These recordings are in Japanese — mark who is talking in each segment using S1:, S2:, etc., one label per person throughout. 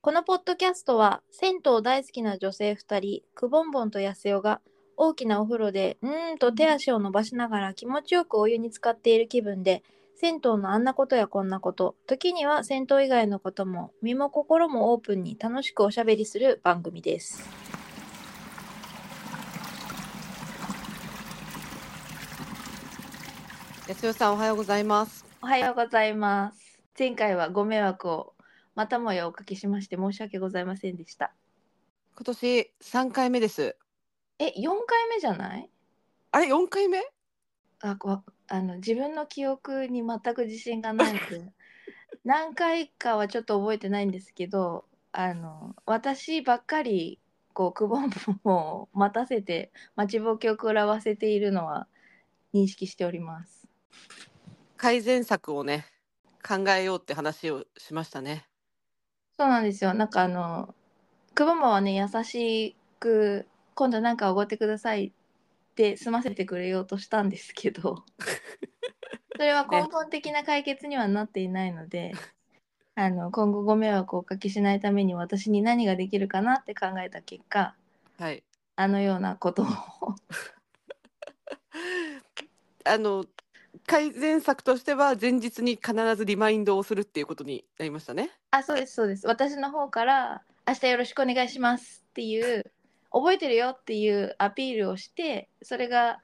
S1: このポッドキャストは銭湯大好きな女性2人くぼんぼんとやすよが大きなお風呂でうーんと手足を伸ばしながら気持ちよくお湯に浸かっている気分で銭湯のあんなことやこんなこと時には銭湯以外のことも身も心もオープンに楽しくおしゃべりする番組です。
S2: 安代さんおはようございます。
S1: おはようございます。前回はご迷惑をまたもやおかけしまして申し訳ございませんでした。
S2: 今年三回目です。
S1: え、4回目じゃない
S2: あれ四回目？
S1: あわあの自分の記憶に全く自信がないので何回かはちょっと覚えてないんですけどあの私ばっかりこうくぼんぼんを待たせて待ちぼうけを食らわせているのは認識しております。
S2: 改善策をね考えようって話をしましたね。
S1: そうなんですよなんかあのくぼんぼんはね優しく今度なんかおごってくださいって済ませてくれようとしたんですけどそれは根本的な解決にはなっていないので、あの今後ご迷惑をおかけしないために私に何ができるかなって考えた結果
S2: はい。
S1: あのようなことを
S2: あの改善策としては前日に必ずリマインドをするっていうことになりましたね。
S1: あそうですそうです私の方から「明日よろしくお願いします」っていう覚えてるよっていうアピールをしてそれが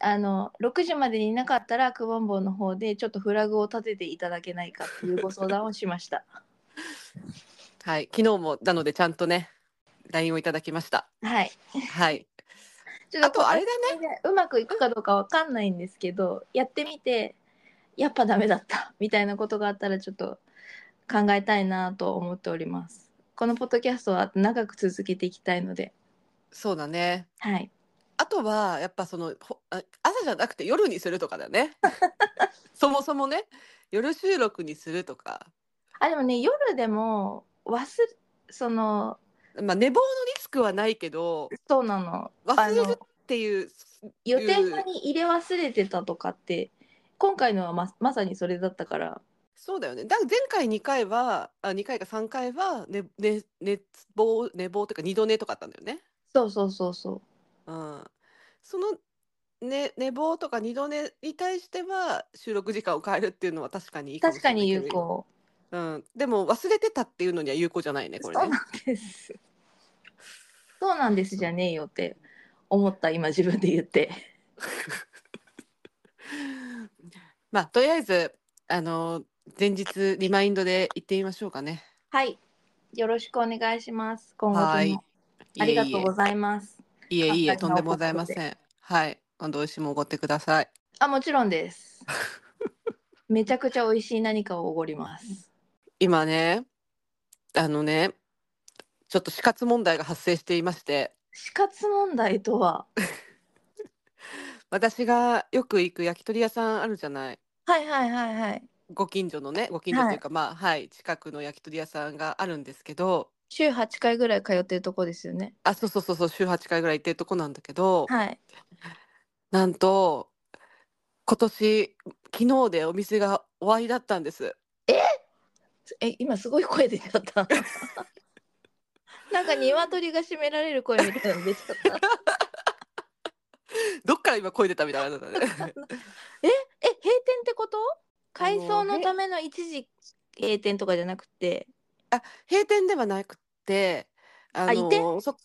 S1: あの6時までにいなかったらくぼんぼんの方でちょっとフラグを立てていただけないかっていうご相談をしま した
S2: はい。昨日もなのでちゃんとね LINE をいただきました。
S1: はい
S2: はい。
S1: ちょっ
S2: あとあれだね。
S1: ねうまくいくかどうかわかんないんですけどやってみてやっぱダメだったみたいなことがあったらちょっと考えたいなと思っておりますこのポッドキャストは長く続けていきたいので
S2: そうだね。
S1: はい
S2: あとはやっぱそのほあ朝じゃなくて夜にするとかだね。そもそもね夜収録にするとか。
S1: あでもね夜でも忘れその
S2: まあ、寝坊のリスクはないけど
S1: そうなの
S2: 忘れ
S1: あ
S2: る
S1: の
S2: っていう
S1: 予定に入れ忘れてたとかって今回のはままさにそれだったから
S2: そうだよねだ前回2回はあ2回か3回は寝寝寝坊寝坊というか2度寝とかあったんだよね。
S1: そうそうそうそう
S2: うん、その、ね、寝坊とか二度寝に対しては収録時間を変えるっていうのは確かにいいかも
S1: 確
S2: しれ
S1: か
S2: ない
S1: に
S2: け
S1: 有
S2: ど、
S1: 効
S2: うん、でも忘れてたっていうのには有効じゃないねこれ
S1: そう
S2: ね
S1: なんですそうなんですじゃねえよって思った今自分で言って
S2: まあとりあえずあの前日リマインドで行ってみましょうかね
S1: はいよろしくお願いします今後とも
S2: はい
S1: ありが
S2: いえ
S1: と
S2: いうえ
S1: ございます
S2: いえいえ、
S1: 簡単な
S2: とんでもございま
S1: お
S2: せん。はい、今度美味しいもんおごってください。
S1: あもちろんです めちゃくちゃ美味しい何かをおごります
S2: 今ね、あのね、ちょっと死活問題が発生していまして、
S1: 死活問題とは
S2: 私がよく行く焼き鳥屋さんあるじゃない。
S1: はいはいはいはい
S2: ご近所のね、ご近所というか、まあ、はい、近くの焼き鳥屋さんがあるんですけど、
S1: 週8回ぐらい通ってるとこですよね
S2: あ、そうそうそうそう、週8回ぐらい行ってるとこなんだけど、
S1: はい
S2: なんと、今年、昨日でお店が終わりだったんです。
S1: え今すごい声出ちゃった なんか鶏が締められる声みたいなの出ちゃった
S2: どっから今声出たみたいなのだね。
S1: え閉店ってこと
S2: あ
S1: 改
S2: の
S1: 装の
S2: へ
S1: ための一時閉店とかじゃなくて
S2: 閉店ではなくてあの
S1: 移転
S2: そ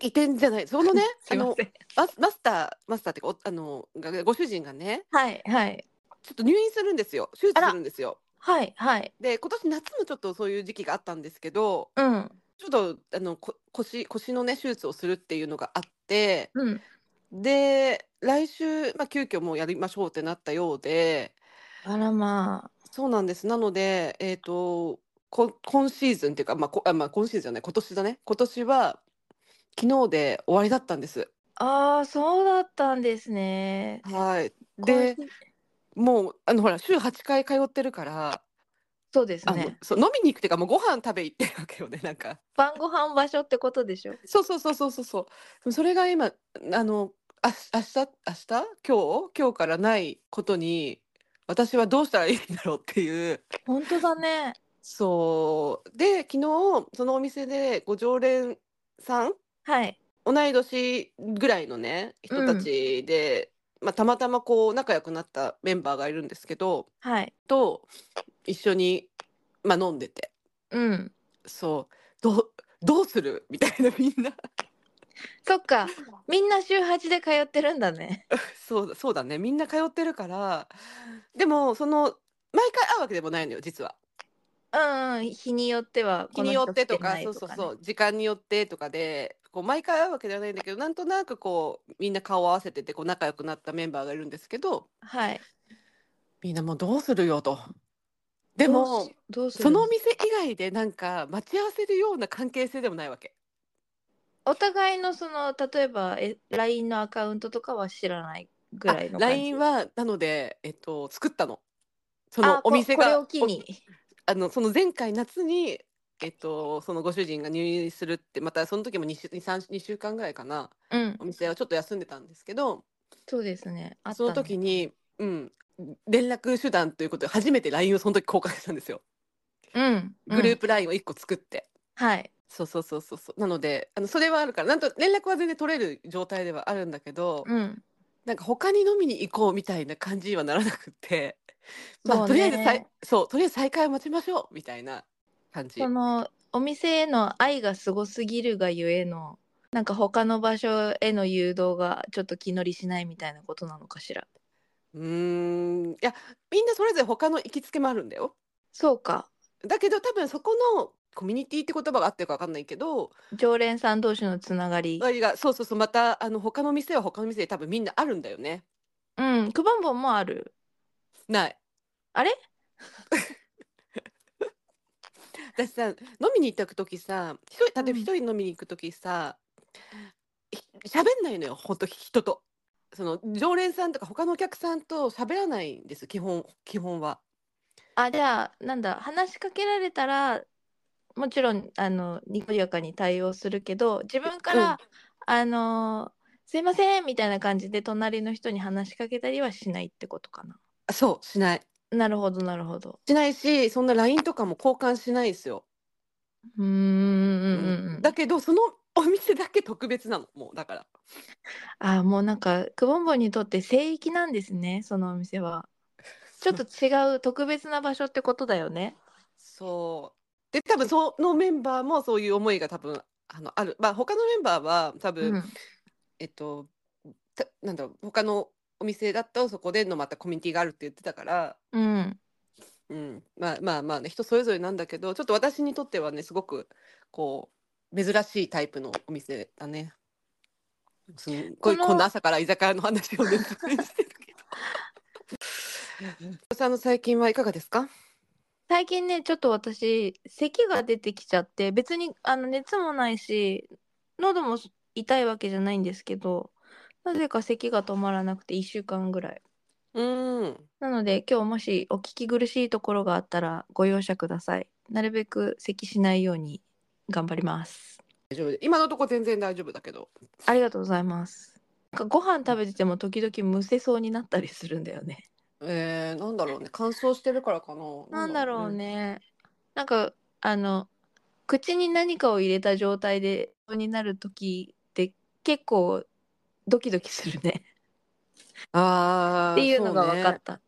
S2: 移転じゃないそ のねあの
S1: せん
S2: マスマスターマスターっていうかおあのがご主人がね
S1: はいはい
S2: ちょっと入院するんですよ手
S1: あ
S2: 術
S1: ら
S2: するんですよ
S1: はいはい
S2: で今年夏もちょっとそういう時期があったんですけど
S1: うん
S2: ちょっとあのこ腰腰のね手術をするっていうのがあって
S1: うん
S2: で来週、まあ、急遽もうやりましょうってなったようで
S1: あらま
S2: そうなんですなのでえっ、とこ今シーズンっていうか、まあこあまあ、今シーズンじゃない今年だね今年は昨日で終わりだったんです。
S1: ああーそうだったんですね
S2: はい。で、
S1: 今週
S2: もう、あの、ほら、週8回通ってるから、
S1: そうです
S2: あの、
S1: ね
S2: そう、飲みに行くっていうか、もうご飯食べ行ってるわけよね、なんか。
S1: 晩ご飯場所ってことでしょ
S2: そうそうそうそうそうそう。それが今、あの、あ、明日、明日、今日、今日からないことに、私はどうしたらいいんだろうっていう、
S1: 本当だね
S2: そうで昨日そのお店でご常連さん
S1: はい。
S2: 同い年ぐらいのね人
S1: うん
S2: たちで、まあ、たまたまこう仲良くなったメンバーがいるんですけど
S1: はい。
S2: と一緒に、まあ、飲んでて
S1: うん。
S2: そうどうどうするみたいなみん な
S1: そっか。みんな週8で通ってるんだね。
S2: そうだそうだねみんな通ってるからでもその毎回会うわけでもないのよ実は。
S1: うんうん。日によっては
S2: 日
S1: この
S2: に
S1: 人
S2: よってと
S1: 来
S2: か
S1: ない
S2: そうそう
S1: ね
S2: そう時間によってとかでこう毎回会うわけではないんだけどなんとなくこうみんな顔を合わせててこう仲良くなったメンバーがいるんですけど
S1: はい。
S2: みんなもうどうするよと。で
S1: どう
S2: も
S1: しどうする
S2: そのお店以外でなんか待ち合わせるような関係性でもないわけ。
S1: お互いのその例えばえ LINE のアカウントとかは知らないぐらいの感
S2: あ
S1: じ。
S2: LINE はなので、えっと、作ったの。
S1: そ
S2: そのお店
S1: ここれ
S2: が
S1: を機に。
S2: あのその前回夏に、えっと、そのご主人が入院するってまたその時も 2, 週 2, 3 2週間ぐらいかな
S1: うん
S2: お。店はちょっと休んでたんですけど
S1: そうですね。あった
S2: そ
S1: ね
S2: の時。に、うん、連絡手段ということで初めて LINE をその時交換したんですよ。
S1: うん。
S2: グルー
S1: プ。
S2: プ LINE を1個作って。
S1: はい。
S2: そうそうそうそうそうなのであのそれはあるからなんと連絡は全然取れる状態ではあるんだけど、
S1: うん。
S2: なんか他に飲みに行こうみたいな感じにはならなく て、ま
S1: そう
S2: あとりあえずさ
S1: ね
S2: いそうとりあえず再開を待ちましょうみたいな感じ
S1: そのお店への愛がすごすぎるがゆえのなんか他の場所への誘導がちょっと気乗りしないみたいなことなのかしら。
S2: うーんいやみんなそれぞれ他の行きつけもあるんだよ
S1: そうか。
S2: だけど多分そこのコミュニティって言葉が合ってるか分かんないけど
S1: 常連さん同士のつながり。
S2: 割がそうそうそうまたあの他の店は他の店で多分みんなあるんだよね
S1: うん。クボンボンもある。
S2: ない
S1: あれ
S2: 私さ飲みに行った時さ一人例えば
S1: うん
S2: 一人飲みに行く時さひ喋んないのよほんと人とその常連さんとか他のお客さんと喋らないんです基本基本は
S1: あじゃあなんだ話しかけられたらもちろんあのにこやかに対応するけど自分から、あのすいませんみたいな感じで隣の人に話しかけたりはしないってことかな。
S2: あそうしない
S1: なるほどなるほど。
S2: しないしそんな LINE とかも交換しないですよ、
S1: うーんうんうんうん。
S2: だけどそのお店だけ特別なのもうだから
S1: あもうなんかくぼんぼんにとって聖域なんですねそのお店は。ちょっと違う特別な場所ってことだよね。
S2: そうで多分そのメンバーもそういう思いが多分あのあるまあ他のメンバーは多分、
S1: うん
S2: えっとたなんだろう他のお店だとそこでのまたコミュニティがあるって言ってたから、
S1: うん
S2: うん、まあまあまあね人それぞれなんだけどちょっと私にとってはねすごくこう珍しいタイプのお店だね。すんごい
S1: この
S2: こんな朝から居酒屋の話をねしてる けど。さんの最近はいかがですか？
S1: 最近ねちょっと私咳が出てきちゃって別にあの熱もないし喉も痛いわけじゃないんですけどなぜか咳が止まらなくて1週間ぐらい。
S2: うん。
S1: なので今日もしお聞き苦しいところがあったらご容赦ください。なるべく咳しないように頑張ります。
S2: 大丈夫今のとこ全然大丈夫だけど。
S1: ありがとうございます。なんかご飯食べてても時々むせそうになったりするんだよね。
S2: えー、なんだろうね乾燥してるからかな。
S1: なんだろう。ね。なんかあの口に何かを入れた状態でになる時って結構ドキドキするね
S2: ああ。
S1: っていうのが分か
S2: そうね
S1: った。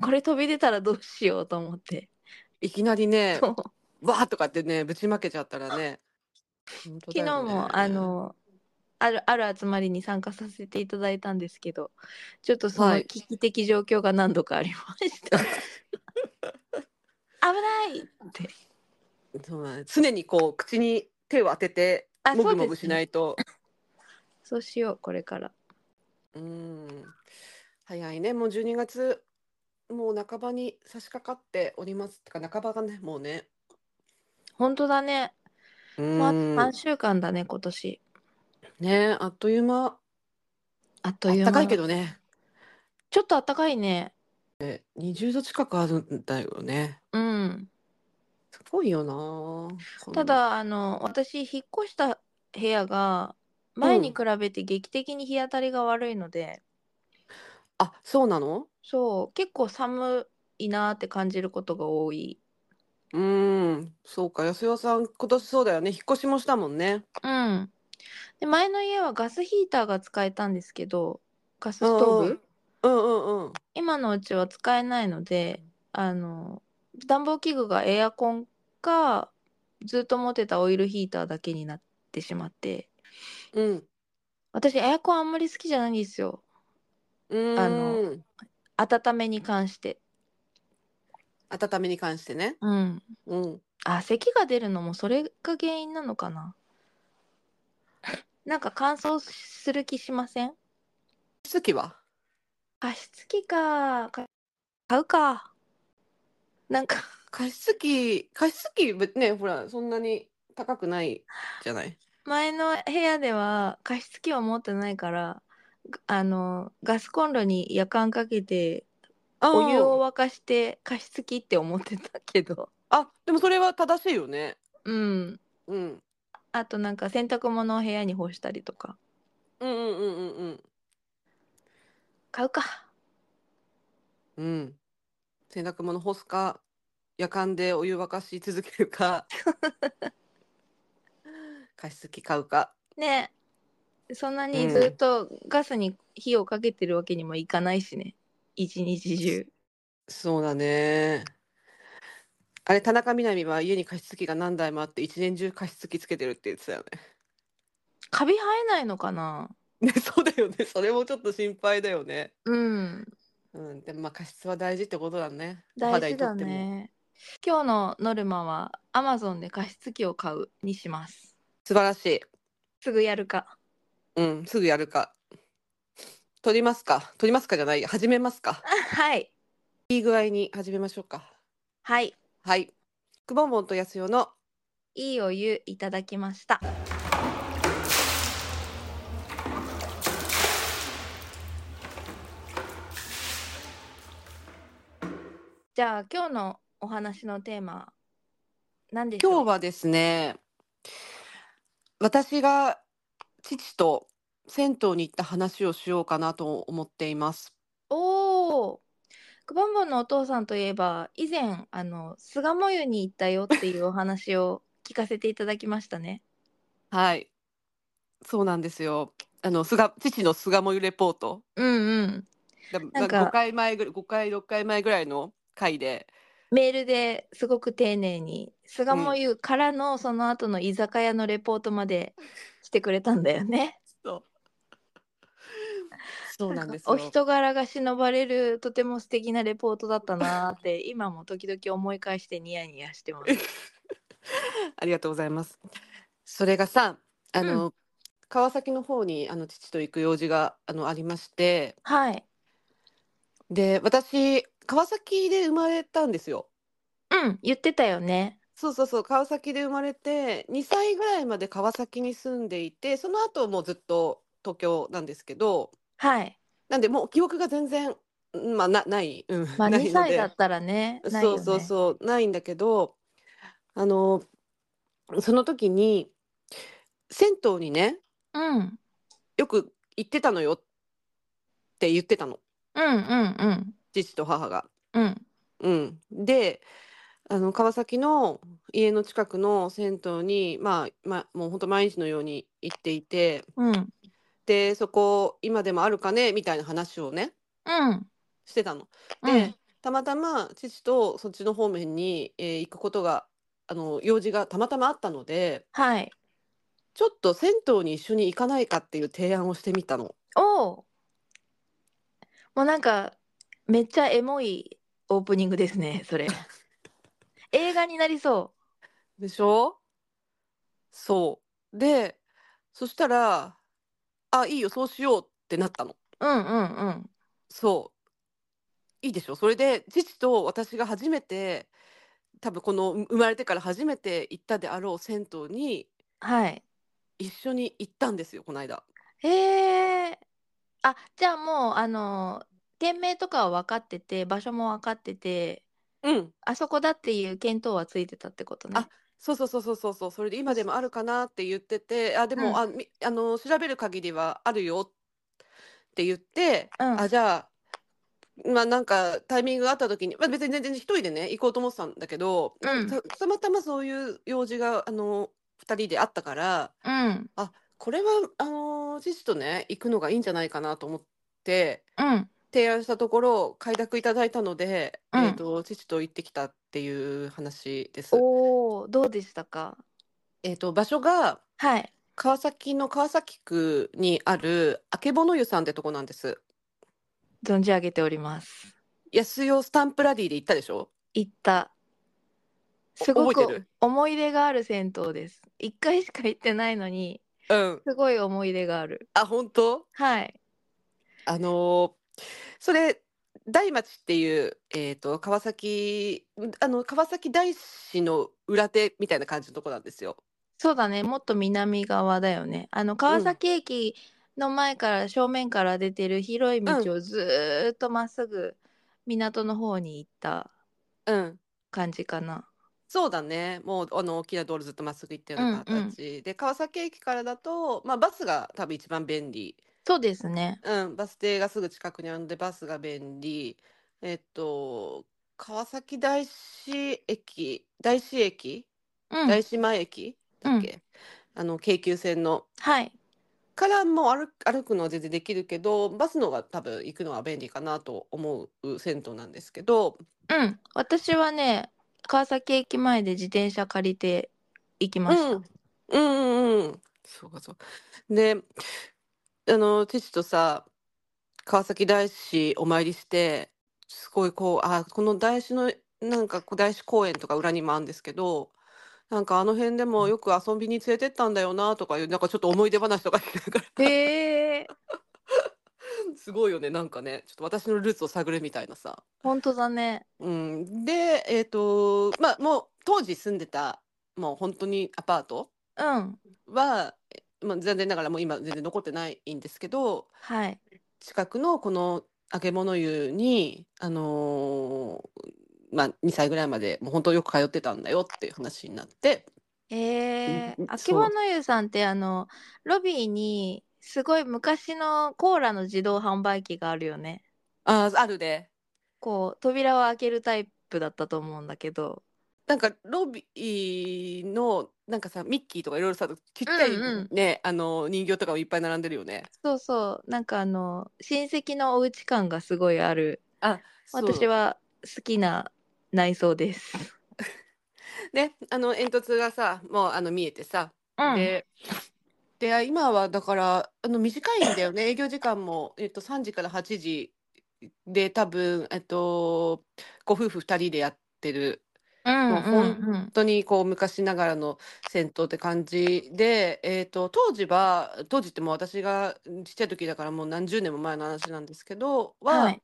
S1: これ飛び出たらどうしようと思って。
S2: いきなりね
S1: そう
S2: わーとかってねぶちまけちゃったらね。昨
S1: 昨日もあのあるある集まりに参加させていただいたんですけどちょっとそ
S2: は
S1: の
S2: い
S1: 危機的状況が何度かありま した。危ないって
S2: そうだね常にこう口に手を当てて
S1: あ
S2: も
S1: そう
S2: ぐ
S1: です
S2: もぐしないと
S1: そうしようこれから。
S2: う,、ん早いねもう12月もう半ばに差し掛かっておりますてか半ばがねもうね
S1: 本当だね。
S2: うん
S1: まあ、3週間だね今年。
S2: ねあっという間
S1: あっと
S2: あっ
S1: いう間。
S2: たかいけどね
S1: ちょっとあったかいね。
S2: 20度近くあるんだよね
S1: うん。
S2: すごいよなこの
S1: ただあの私引っ越した部屋が前に比べて劇的に日当たりが悪いので、
S2: あそうなの
S1: そう結構寒いなーって感じることが多い。
S2: うーん、そうか、安代さん、今年そうだよね、引っ越しもしたもんね。
S1: うん。で、前の家はガスヒーターが使えたんですけど、ガスストーブ
S2: うんうんうん。
S1: 今のうちは使えないので、あの、暖房器具がエアコンか、ずっと持ってたオイルヒーターだけになってしまって、
S2: うん。
S1: 私エアコンあんまり好きじゃないんですよ。
S2: うーん。
S1: あの温めに関して。
S2: 温めに関してね。
S1: うん。
S2: うん。
S1: あ、咳が出るのもそれが原因なのかな。 なんか乾燥する気しません
S2: 加湿器は
S1: 加湿器か、か買うか。なんか、
S2: 加湿器、加湿器、ぶね、ほら、そんなに高くないじゃない。
S1: 前の部屋では加湿器を持ってないから、があの、ガスコンロに夜間かけて、
S2: あ
S1: お湯を沸かして加湿器って思ってたけど。
S2: あ、でもそれは正しいよね。
S1: うん。
S2: うん。
S1: あとなんか洗濯物を部屋に干したりとか。
S2: うんうんうんうんうん。
S1: 買うか。
S2: うん。洗濯物干すか、夜間でお湯沸かし続ける か、加湿器買うか。
S1: ねえそんなにずっとガスに火をかけてるわけにもいかないしね。一日中。
S2: そうだね。あれ、田中みな実は家に加湿器が何台もあって、一年中加湿器つけてるって言ってたよね。
S1: カビ生えないのかな
S2: ね、 そうだよね。それもちょっと心配だよね。
S1: うん。
S2: うん、でもまあ加湿は大事ってことだね。お
S1: 大
S2: 肌に
S1: 事
S2: と
S1: だ
S2: っても。
S1: ね。今日のノルマは Amazon で加湿器を買うにします。
S2: 素晴らしい。
S1: すぐやるか。
S2: うん、すぐやるか。取りますか。取りますかじゃない。始めますか。
S1: はい。
S2: いい具合に始めましょうか。
S1: はい。
S2: はい。くぼんぼんとやすよの
S1: いいお湯いただきました。じゃあ今日のお話のテーマ何でしょう
S2: 今日はですね、私が父と銭湯に行った話をしようかなと思っています。
S1: おおくぼんぼんのお父さんといえば以前あの菅もゆに行ったよっていうお話を聞かせていただきましたね。
S2: はい。そうなんですよ。あの、菅、父の菅もゆレポート。
S1: うんうん。
S2: だ
S1: なんか
S2: 5回前ぐらい、5回、6回前ぐらいの回で、
S1: メールですごく丁寧に菅もゆからのその後の居酒屋のレポートまでしてくれたんだよね。
S2: そう。 そうなんです
S1: お
S2: よ。
S1: 人柄が忍ばれるとても素敵なレポートだったなーって 今も時々思い返してニヤニヤしてます。
S2: ありがとうございます。それがさ、あの、川崎の方にあの父と行く用事があのありまして、
S1: はい。
S2: で、私川崎で生まれたんですよ。
S1: うん言ってたよね。
S2: そうそうそう、川崎で生まれて2歳ぐらいまで川崎に住んでいて、その後もうずっと東京なんですけど、
S1: はい。
S2: なんでもう記憶が全然うんまあなない、うん、
S1: まあ
S2: ない
S1: 2
S2: の
S1: 歳
S2: で
S1: だったらね。ない
S2: そ
S1: よ
S2: う
S1: ね
S2: そうそうないんだけどあのその時に銭湯にね
S1: うん
S2: よく行ってたのよって言ってたの
S1: うんうんうん
S2: 父と母が。
S1: うん
S2: うん、であの川崎の家の近くの銭湯に、まあまあ、もうほんと毎日のように行っていて
S1: うん
S2: でそこ今でもあるかねみたいな話をね
S1: うん
S2: してたの。
S1: う
S2: で
S1: ん
S2: たまたま父とそっちの方面に、えー行くことがあの用事がたまたまあったので
S1: はい。
S2: ちょっと銭湯に一緒に行かないかっていう提案をしてみたの。
S1: おお。もうなんかめっちゃエモいオープニングですね それ。映画になりそ
S2: でしょそう。でそしたら「あいいよそうしよう」ってなったの。
S1: う。うんうんうん。
S2: そう。いいでしょそれで父と私が初めて多分この生まれてから初めて行ったであろう銭湯に
S1: はい。
S2: 一緒に行ったんですよこの間。
S1: へえ。あ、じゃあもう、あの、店名とかは分かってて、場所も分かってて、
S2: うん
S1: あそこだっていう見当はついてたってことね。
S2: あそうそうそうそうそうそうそれで今でもあるかなって言っててあで
S1: うん
S2: もあみあの調べる限りはあるよって言って
S1: うん
S2: あじゃあまあなんかタイミングがあった時に、まあ、別に全然一人でね行こうと思ってたんだけど、
S1: うん
S2: たたまたまそういう用事があの2人であったから
S1: うん
S2: これはあの父とね行くのがいいんじゃないかなと思って
S1: うん
S2: 提案したところ快諾いただいたので、
S1: うん
S2: えー、と父と行ってきたっていう話です。
S1: おおどうでしたか
S2: えー、と場所が
S1: はい
S2: 川崎の川崎区にあるあけぼの湯さんってとこなんです。
S1: 存じ上げております
S2: 安代スタンプラリーで行ったでしょ
S1: 行ったすご
S2: 覚えて
S1: く
S2: る
S1: 思い出がある銭湯です一回しか行ってないのに
S2: うん。
S1: すごい思い出がある
S2: あ、本当
S1: はい
S2: あのーそれ大町っていう、えー、と川崎あの川崎大師の裏手みたいな感じのとこなんですよ。
S1: そうだねもっと南側だよねあの川崎駅の前から正面から出てる広い道をずーっとまっすぐ港の方に行った
S2: うん、
S1: 感じかな
S2: そうだねもうあの大きな道路ずっとまっすぐ行ったような
S1: うんうん
S2: 形、で川崎駅からだと、まあ、バスが多分一番便利、
S1: そうですね
S2: うん、バス停がすぐ近くにあるのでバスが便利えっ、と川崎大師駅大師駅
S1: うん
S2: 大師前駅だっけ、あの京急線の
S1: はい
S2: からもう歩く歩くのは全然できるけどバスの方が多分行くのは便利かなと思う銭湯なんですけど
S1: うん私はね川崎駅前で自転車借りて行きました、
S2: うんうんうんうんそうかそうであの父とさ川崎大師お参りしてすごいこうあこの大師のなんかこう大師公園とか裏にもあるんですけどなんかあの辺でもよく遊びに連れてったんだよなとかいうなんかちょっと思い出話とか聞きながら
S1: へえ
S2: すごいよねなんかねちょっと私のルーツを探るみたいなさ。
S1: 本当だね
S2: うん、で、えっと、まあ、もう当時住んでた、もう本当にアパート
S1: うん
S2: は、えまあ、残念ながらもう今全然残ってないんですけど、
S1: はい
S2: 近くのこの揚げ物湯に、あのーまあ、2歳ぐらいまでもう本当よく通ってたんだよっていう話になって、
S1: え
S2: うん
S1: ー、あきぼの湯さんってあのロビーにすごい昔のコーラの自動販売機があるよね
S2: あー、あるね。
S1: こう扉を開けるタイプだったと思うんだけど
S2: なんかロビーのなんかさミッキーとかいろいろさちっちゃいね、
S1: うんうん
S2: あの人形とかもいっぱい並んでるよね。
S1: そうそうなんかあの親戚のお家感がすごいある
S2: あ、そう
S1: 私は好きな内装です
S2: ね、あの煙突がさもうあの見えてさ、
S1: うん
S2: でで今はだからあの短いんだよね 営業時間も、えっと、3時から8時で多分、えっと、ご夫婦2人でやってる
S1: うんうんうん
S2: 本当にこう昔ながらの銭湯って感じで、えっと、当時は当時ってもう私がちっちゃい時だからもう何十年も前の話なんですけどは、
S1: はい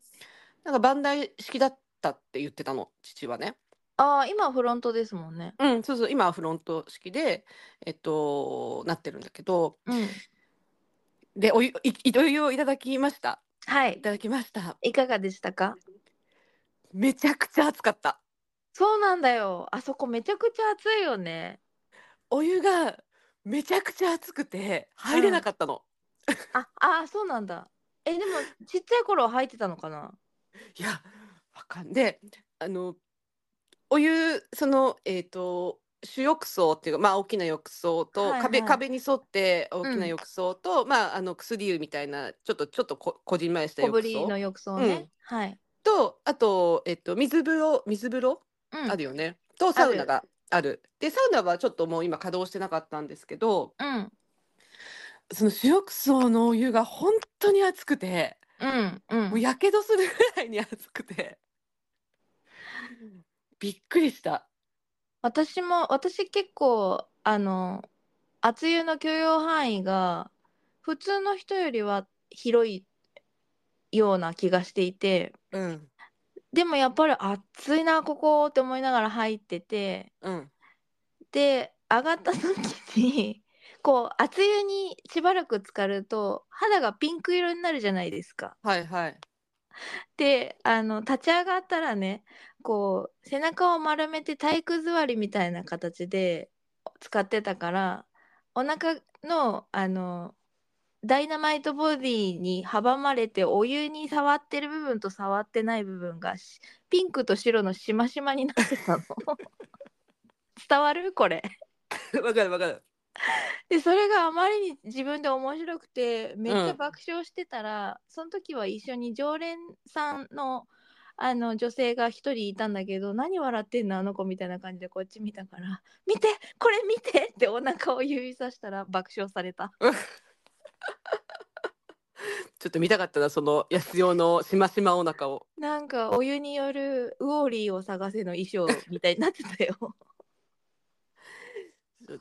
S2: なんか番台式だったって言ってたの父はね。
S1: ああ今はフロントですもんね
S2: うん、そうそう、今はフロント式で、えっと、なってるんだけど、
S1: うん
S2: で、お湯、い、いお湯をいただきました。
S1: はいい
S2: ただきました。
S1: いかがでしたか
S2: めちゃくちゃ暑かった。
S1: そうなんだよあそこめちゃくちゃ暑いよね
S2: お湯がめちゃくちゃ暑くて、入れなかったの。
S1: ああーそうなんだえでもちっちゃい頃は入ってたのかない
S2: や、わかんで、あの、お湯、その、えっと、主浴槽っていうか、まあ、大きな浴槽と、
S1: はい
S2: 壁、
S1: はい
S2: 壁に沿って大き
S1: う
S2: なん浴槽と、まあ、あの、薬湯みたいな、ちょっと、ちょっとこ、こじんまりした
S1: 小ぶ
S2: 浴
S1: り
S2: 槽
S1: の浴槽ね、はい、
S2: と、あと、えっと、水風呂、水風呂
S1: うん、
S2: あるよね。とサウナがある。でサウナはちょっともう今稼働してなかったんですけど
S1: うん
S2: その主浴槽のお湯が本当に熱くて
S1: うんう
S2: もうんやけどするぐらいに熱くてびっくりした。
S1: 私も私結構あの熱湯の許容範囲が普通の人よりは広いような気がしていて
S2: うん
S1: でもやっぱり暑いなここって思いながら入ってて
S2: うん
S1: で上がった時にこう熱湯にしばらく浸かると肌がピンク色になるじゃないですか。
S2: はいはい。
S1: であの立ち上がったらねこう背中を丸めて体育座りみたいな形で使ってたからお腹のあのダイナマイトボディに阻まれてお湯に触ってる部分と触ってない部分がしピンクと白のしましまになってたの 伝わるこれ
S2: わかるわかる。
S1: でそれがあまりに自分で面白くてめっち
S2: う
S1: ゃ
S2: ん
S1: 爆笑してたら、その時は一緒に常連さんのあの女性が一人いたんだけど何笑ってんのあの子みたいな感じでこっち見たから「見てこれ見て!」ってお腹を指さしたら爆笑された
S2: ちょっと見たかったな、その安代のしましまお腹を。
S1: なんかお湯によるウォーリーを探せの衣装みたいになってたよ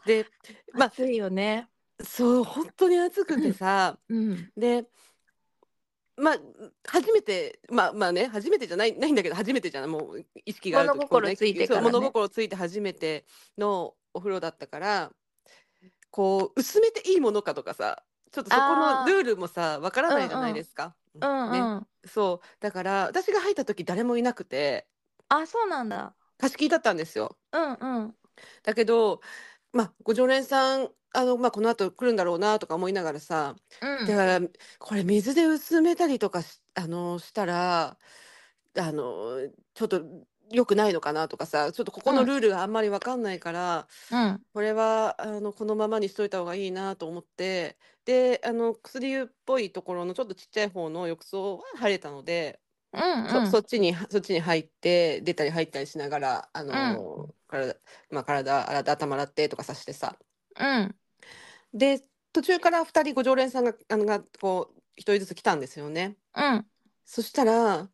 S2: で、 まあ
S1: 暑いよね
S2: そう、本当に暑くてさ、
S1: うん
S2: で、まあ、初めて、まあまあね、初めてじゃない、ないんだけど、初めてじゃない、もう意識がある時
S1: 物心ついてからね
S2: そう物心ついて初めてのお風呂だったから、こう、薄めていいものかとかさ、ちょっとそこ
S1: あ
S2: の
S1: ー
S2: ルールもさ、わからないじゃないですか。
S1: うんうん、
S2: ね、そう、だから、私が入った時誰もいなくて、
S1: あそうなんだ
S2: 貸し切りだったんですよ。
S1: うんうん
S2: だけど、まあ、ご常連さん、あの、まあ、この後来るんだろうなとか思いながらさ、
S1: うん
S2: だから、これ水で薄めたりとかし、あの、したら、あの、ちょっと良くないのかなとかさ、ちょっとここの
S1: うん
S2: ルールがあんまりわかんないから、
S1: うん
S2: これは、あの、このままにしといた方がいいなと思って、で、あの、薬湯っぽいところのちょっとちっちゃい方の浴槽は入れたので、
S1: うん
S2: そ、
S1: うん
S2: そっちに、そっちに入って、出たり入ったりしながら、あの、体、まあ、体洗って、頭洗ってとかさしてさ、
S1: うん
S2: で、途中から2人ご常連さんが、あの、がこう、一人ずつ来たんですよね。
S1: うん
S2: そしたら、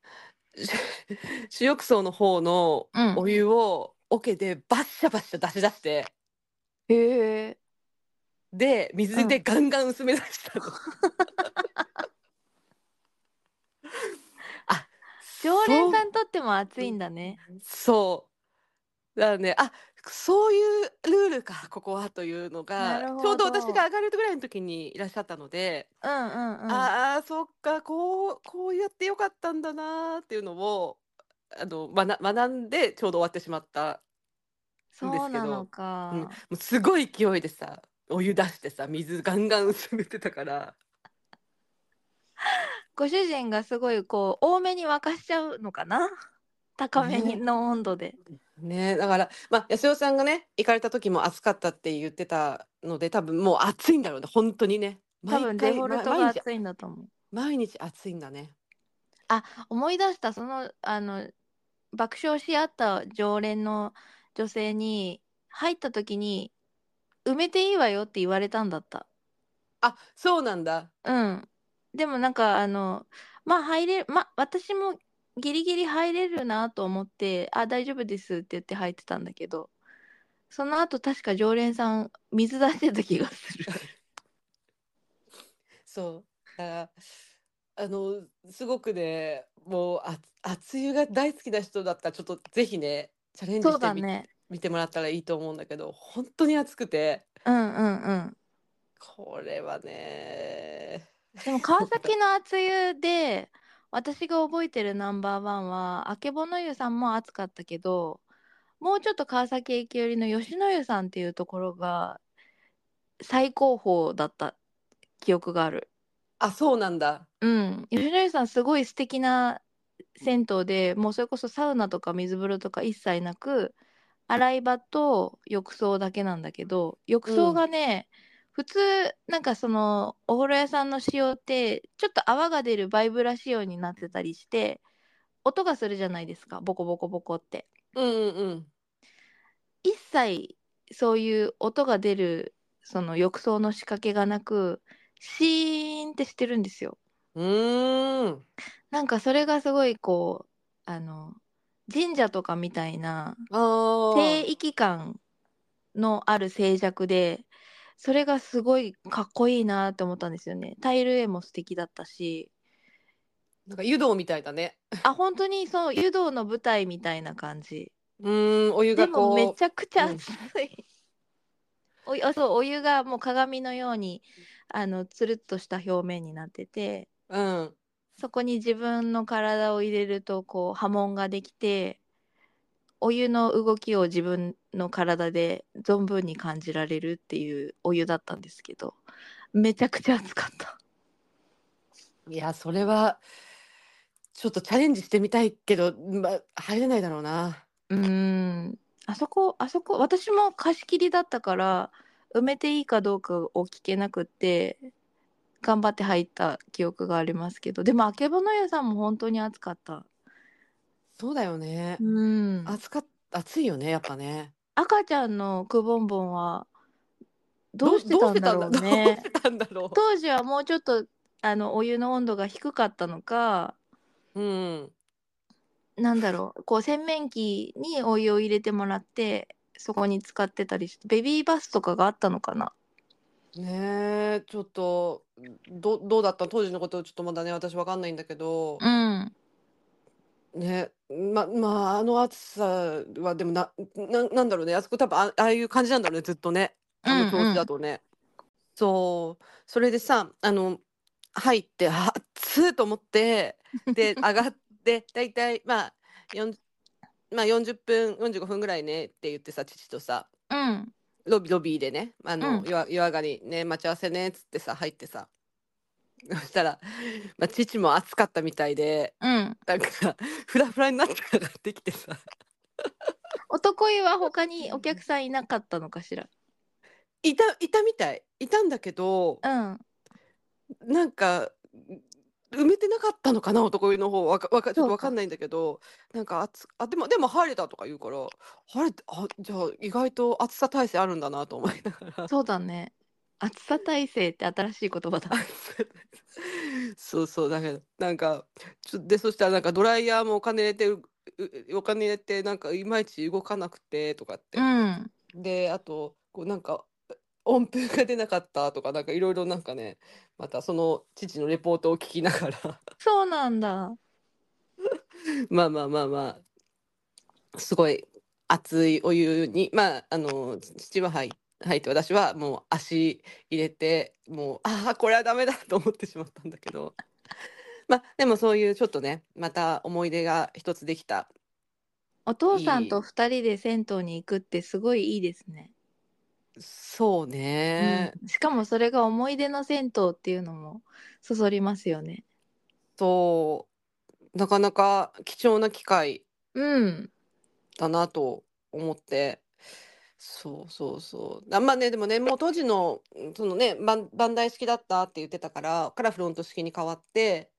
S2: し主浴槽の方の
S1: うん
S2: お湯を桶でバッシャバッシャ出し出して、
S1: へえ
S2: で、水でガンガン薄め出した の。あ、
S1: 常連さ
S2: そ
S1: んにとっても暑いんだね。
S2: う、そう。だからね、あ、そういうルールか、ここはというのが、
S1: なるほ
S2: ちょうど私
S1: ど
S2: が上がるぐらいの時にいらっしゃったので、
S1: うんうんうん。
S2: ああ、そっか、こう、こうやってよかったんだなーっていうのを、あの、学学んでちょうど終わってしまった。
S1: そう
S2: ですけど
S1: なのか。
S2: うんもうすごい勢いでさ、お湯出してさ、水ガンガン薄めてたから。
S1: ご主人がすごいこう多めに沸かしちゃうのかな。高めに
S2: ね
S1: の温度で。
S2: ね、だから、まあ、安代さんがね、行かれた時も暑かったって言ってたので、多分もう暑いんだろうね、本当にね。
S1: 多
S2: 毎
S1: 分
S2: 回
S1: デフォル
S2: ま
S1: トが
S2: 毎日、
S1: 暑いんだと思う。
S2: 毎日暑いんだね。
S1: 思い出したそのあの爆笑し合った常連の女性に入った時に埋めていいわよって言われたんだった。
S2: あ、そうなんだ。
S1: うん。でもなんかあのまあ入れまあ私もギリギリ入れるなと思って「あ大丈夫です」って言って入ってたんだけどその後確か常連さん水出してた気がす る
S2: そう。だから、あの、すごくね、もう、あ、熱湯が大好きな人だったら、ちょっとぜひね、チャレンジ
S1: そう
S2: して
S1: だ
S2: み、
S1: ね
S2: 見てもらったらいいと思うんだけど、本当に熱くて、
S1: うんうんうん
S2: これはね、
S1: でも川崎の熱湯で私が覚えてるナンバーワンはあけぼの湯さんも暑かったけどもうちょっと川崎駅寄りの吉野湯さんっていうところが最高峰だった記憶がある
S2: あ、そうなんだ。
S1: うん、吉野家さんすごい素敵な銭湯でもうそれこそサウナとか水風呂とか一切なく洗い場と浴槽だけなんだけど浴槽がね、普通なんかそのお風呂屋さんの仕様ってちょっと泡が出るバイブラ仕様になってたりして音がするじゃないですかボコボコボコって。
S2: うんうんうん。
S1: 一切そういう音が出るその浴槽の仕掛けがなくシーンってしてるんですよ。
S2: うーん。
S1: なんかそれがすごいこうあの神社とかみたいな
S2: あー
S1: 聖域感のある静寂でそれがすごいかっこいいなって思ったんですよね。タイル絵も素敵だった し
S2: なんか湯道みたいだね。
S1: あ本当にそう湯道の舞台みたいな感じ
S2: うーん、お湯
S1: で
S2: が
S1: もめ
S2: こ
S1: ちゃくちゃ
S2: うん
S1: 熱い、お湯あそうお湯がもう鏡のようにあのつるっとした表面になってて
S2: う、うん。
S1: そこに自分の体を入れるとこう波紋ができてお湯の動きを自分の体で存分に感じられるっていうお湯だったんですけどめちゃくちゃ暑かった。
S2: いや、それは、ちょっとチャレンジしてみたいけど、ま、入れないだろうな。
S1: うーん。あそこ、あそこ、私も貸し切りだったから、埋めていいかどうかを聞けなくって、頑張って入った記憶がありますけど、でも、あけぼの屋さんも本当に暑かった。
S2: そうだよね。
S1: うん。
S2: 暑かっ、暑いよね、やっぱね。
S1: 赤ちゃんのくぼんぼんは、どうしてたんだろう
S2: どう
S1: ね
S2: し。てたんだろ
S1: 当時はもうちょっと、あの、お湯の温度が低かったのか、
S2: う。うん。
S1: なんだろう、こう洗面器にお湯を入れてもらって、そこに使ってたりして、ベビーバスとかがあったのかな。
S2: ねえ、ちょっと、ど、どうだった当時のこと、ちょっとまだね、私わかんないんだけど、
S1: うん。
S2: ね、ま、まあ、あの暑さは、でもな、な、なんだろうね、あそこ多分、あ、ああいう感じなんだろうね、ずっとね。あの教室だとね。そう、それでさ、あの、入って、あ熱っと思って、で、上がって、だいたい、まあ、よんまあ、40分、45分ぐらいねって言ってさ、父とさ、
S1: うん。うん。
S2: ロビロビーでね、あの、
S1: うん
S2: 湯あ湯上がりね、待ち合わせねっつってさ、入ってさ、そしたら、まあ、父も暑かったみたいで、
S1: うん、
S2: なんか、フラフラになって上がってきてさ、
S1: 男湯は他にお客さんいなかったのかしら。
S2: いた、いたみたい、いたんだけど、
S1: うん。
S2: なんか埋めてなかったのかな男湯の方わかわかちょ
S1: そう
S2: っと
S1: か
S2: わかんないんだけどなんか暑あでもでも入れたとか言うから晴れてあじゃあ意外と暑さ耐性あるんだなと思いながら
S1: そうだね。暑さ耐性って新しい言葉だ。
S2: そうそうだけどなんかちょでそしたらなんかドライヤーもお金入れてううお金入れてなんかいまいち動かなくてとかって
S1: うん。
S2: であとこうなんか音符が出なかったとかなんかいろいろなんかねまたその父のレポートを聞きながら。
S1: そうなんだ。
S2: まあまあまあまあすごい熱いお湯にまああの父は入入って私はもう足入れてもうああこれはダメだと思ってしまったんだけど まあでもそういうちょっとねまた思い出が一つできた
S1: お父さんと二人で銭湯に行くってすごいいいですね。
S2: そうね、
S1: うん、しかもそれが思い出の銭湯っていうのもそそりますよね。
S2: そうなかなか貴重な機会
S1: うん。
S2: だなと思って。そうそうそうあまあねでもねもう当時のそのねバンバンダイ式だったって言ってたからからフロント式に変わって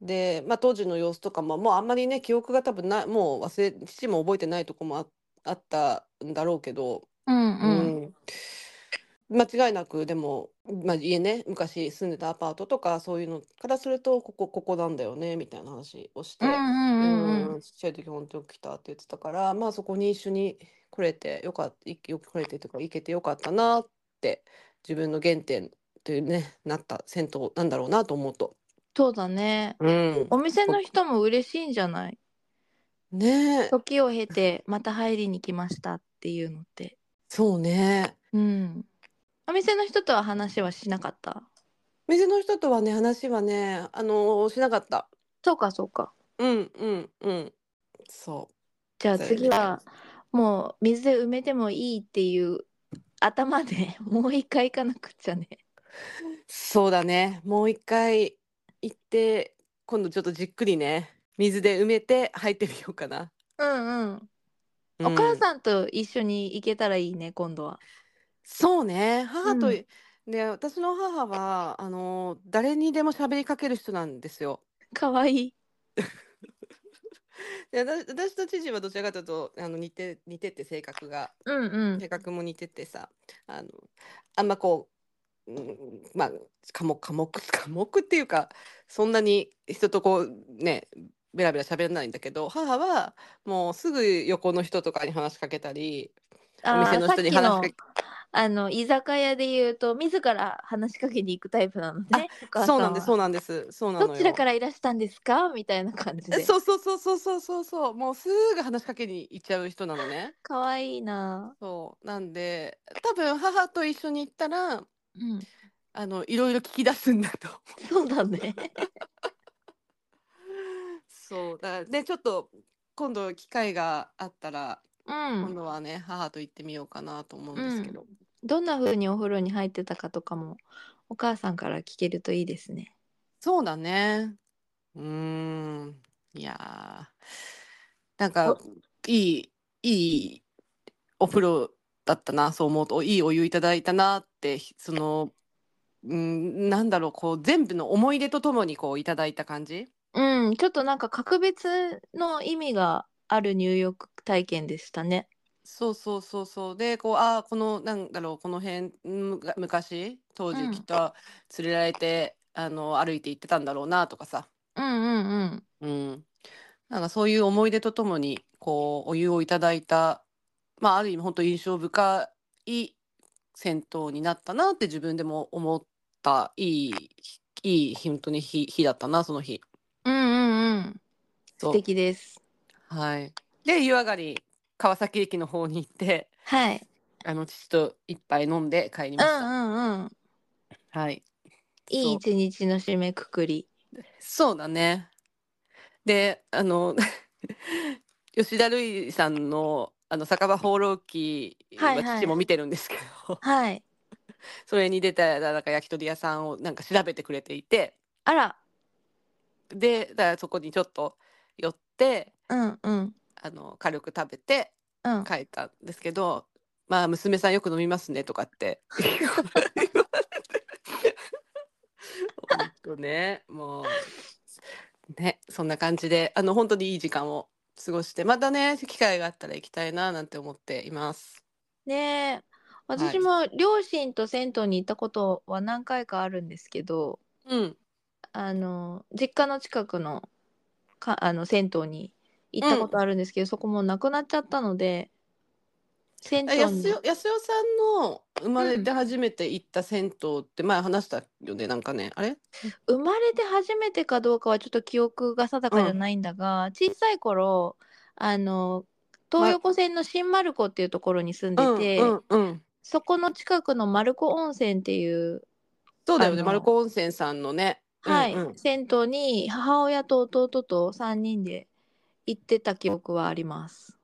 S2: で、まあ、当時の様子とかももうあんまりね記憶が多分ないもう忘れ父も覚えてないとこもあ、あったんだろうけど、
S1: うんうん。
S2: うん間違いなくでも、まあ、家ね昔住んでたアパートとかそういうのからするとここここなんだよねみたいな話をして。
S1: うんうんうんう
S2: うんん、。ちっちゃい時本当に来たって言ってたから、まあそこに一緒に来れてよかった、いよく来れてとか行けてよかったなって、自分の原点というね、なった銭湯なんだろうなと思うと。
S1: そうだね。
S2: うん
S1: お。店の人も嬉しいんじゃない
S2: ねえ、
S1: 時を経てまた入りに来ましたっていうのって。
S2: そうね。
S1: うん。お店の人とは話はしなかった。
S2: 店の人とはね、話はね、あのしなかった。
S1: そうかそうか。
S2: うんうんうん。そ
S1: じゃあ
S2: そうです
S1: 次はもう水で埋めてもいいっていう頭で もう一回行かなくっちゃね。
S2: う。そうだね。もう一回行って、今度ちょっとじっくりね、水で埋めて入ってみようかな。
S1: うんうん。
S2: う
S1: お
S2: ん
S1: 母さんと一緒に行けたらいいね、今度は。
S2: そうね母と、
S1: うん
S2: で私の母はあの誰にでも喋りかける人なんですよ。
S1: かわいい。
S2: で私私と父はどちらかというとあの似て似てて性格が
S1: うんうん。
S2: 性格も似ててさあのあんまこう、うん、まあ寡黙寡黙寡黙っていうかそんなに人とこうねベラベラ喋らないんだけど母はもうすぐ横の人とかに話しかけたりお
S1: あ
S2: 店
S1: ー
S2: の
S1: さっ
S2: 人に
S1: き
S2: 話しか
S1: の
S2: け
S1: あの居酒屋で言うと自ら話しかけに行くタイプなのでね。お母さん
S2: そう
S1: は
S2: なんですそうなんですそうなのよ。
S1: どちらからいらしたんですかみたいな感じで。
S2: そうそうそうそうそうそうそうもうすぐ話しかけに行っちゃう人なのね
S1: かわいいな。
S2: そうなんで多分母と一緒に行った
S1: う
S2: ら
S1: ん。
S2: あのいろいろ聞き出すんだと思う
S1: そうだね。
S2: そうだからねちょっと今度機会があったら、
S1: うん
S2: 今。度はね母と行ってみようかなと思うんですけど、
S1: どんな風にお風呂に入ってたかとかもお母さんから聞けるといいですね。
S2: そうだね。うーん。いやーなんか、いい、いいお風呂だったな、そう思うと、いいお湯いただいたなって、ひその、うん、なんだろう、こう、全部の思い出とともに、こう、いただいた感じ
S1: うん、ちょっとなんか格別の意味がある入浴体験でしたね。
S2: そうそうそうそう。で、こう、ああ、この、なんだろう、この辺、むが昔、当時
S1: うん
S2: きっと連れられて、あの、歩いて行ってたんだろうな、とかさ。
S1: うんうんうん。
S2: うん。なんかそういう思い出とともに、こう、お湯をいただいた、まあ、ある意味、本当印象深い銭湯になったなって自分でも思った、いい、いい、本当に日、日だったな、その日。
S1: うんうんうん。
S2: そ
S1: 素
S2: う
S1: 敵です。
S2: はい。で、湯上がり、川崎駅の方に行って、
S1: はい。
S2: あの、父と一杯飲んで帰り
S1: う
S2: ました。
S1: んうんうん。
S2: はい。
S1: い
S2: そう
S1: い一日の締めくくり。
S2: そうだね。で、あの、 吉田類さんの、あの、酒場放浪記
S1: はいはい
S2: 父も見てるんですけど、
S1: はい。
S2: それに出た、なんか焼き鳥屋さんをなんか調べてくれていて、
S1: あら、
S2: で、だからそこにちょっと寄って、
S1: うんうん
S2: あの、軽く食べて
S1: うん。
S2: 帰ったんですけど、まあ、娘さんよく飲みますねとかって 言われて。本当ね、もう、ね、そんな感じで、あの、本当にいい時間を過ごして、またね、機会があったら行きたいな、なんて思っています。
S1: ねえ。私も両親と銭湯に行ったことは何回かあるんですけど、
S2: うん。
S1: あの実家の近くのかあの銭湯に行ったことあるんですけど、そこもうなくなっちゃったので銭
S2: あ
S1: 湯
S2: 安
S1: に
S2: 代安代さんの生まれて初めて行った銭湯って前話したよね、なんかね、あれ
S1: 生まれて初めてかどうかはちょっと記憶が定かじゃないんだが、小さい頃あの東横線の新丸子っていうところに住んでて、
S2: うん、うん、うん。
S1: そこの近くの丸子温泉っていう、
S2: そうだよ
S1: あ
S2: ね、
S1: の
S2: 丸子温泉さんのね。
S1: はい
S2: うんうん
S1: 銭湯に母親と弟と3人で行ってた記憶はあります。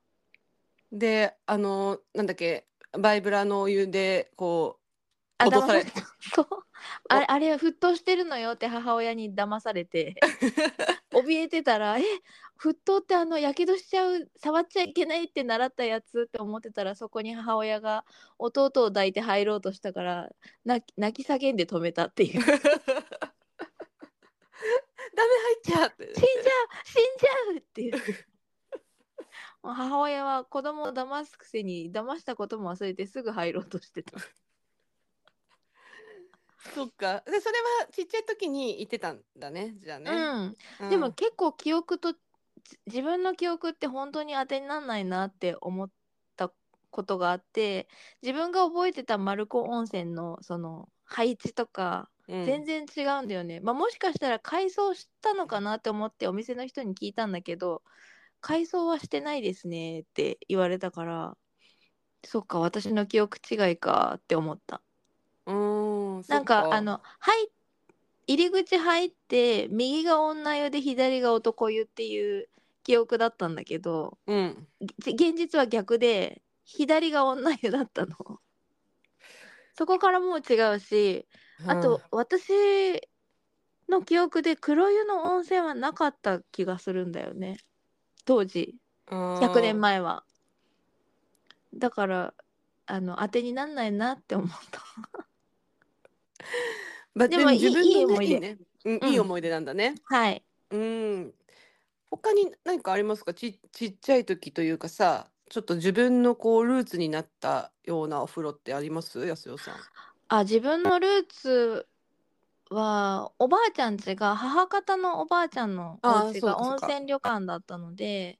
S2: で、あの、なんだっけ、バイブラのお湯で、こ
S1: あ
S2: 落とされ
S1: 騙そうあれあれは沸騰してるのよって母親に騙され て怯えてたら「え沸騰ってあのやけどしちゃう触っちゃいけないって習ったやつ」って思ってたらそこに母親が弟を抱いて入ろうとしたから泣き泣き叫んで止めた っていう死ん
S2: う、ダメ入っちゃうっ て。
S1: じゃう死んじゃうっていう。もう母親は子供を騙すくせに騙したことも忘れてすぐ入ろうとしてた。
S2: そっか。で、それはちっちゃい時に行ってたんだね。じゃあね。
S1: うん、
S2: うん
S1: でも、結構記憶とじ自分の記憶って本当に当てになんないなって思ったことがあって自分が覚えてた丸子温泉のその配置とか
S2: うん
S1: 全然違うんだよね、まあ、もしかしたら改装したのかなって思ってお店の人に聞いたんだけど改装はしてないですねって言われたからそっか私の記憶違いかって思った。
S2: うーん。そ
S1: な
S2: っ
S1: んかあの、はい、入り口入って右が女湯で左が男湯っていう記憶だったんだけど
S2: うん。
S1: げ現実は逆で左が女湯だったの。 そこからもう違うしあと、私の記憶で黒湯の温泉はなかった気がするんだよね当時100
S2: 100
S1: 年。前は。だからあの当てになんないなって思った。
S2: まあ
S1: で
S2: で
S1: も
S2: も
S1: いい
S2: 自分の
S1: いい思
S2: ね
S1: い出
S2: ねうん
S1: うん
S2: いい思い出なんだね。
S1: はい
S2: うん。他に何かありますかちちっちゃい時というかさ、ちょっと自分のこうルーツになったようなお風呂ってあります安代さん。
S1: あ自分のルーツはおばあちゃん家が母方のおばあちゃんの
S2: あ
S1: お
S2: ー
S1: 家
S2: そう
S1: が
S2: かそう
S1: 温
S2: か
S1: 泉旅館だったので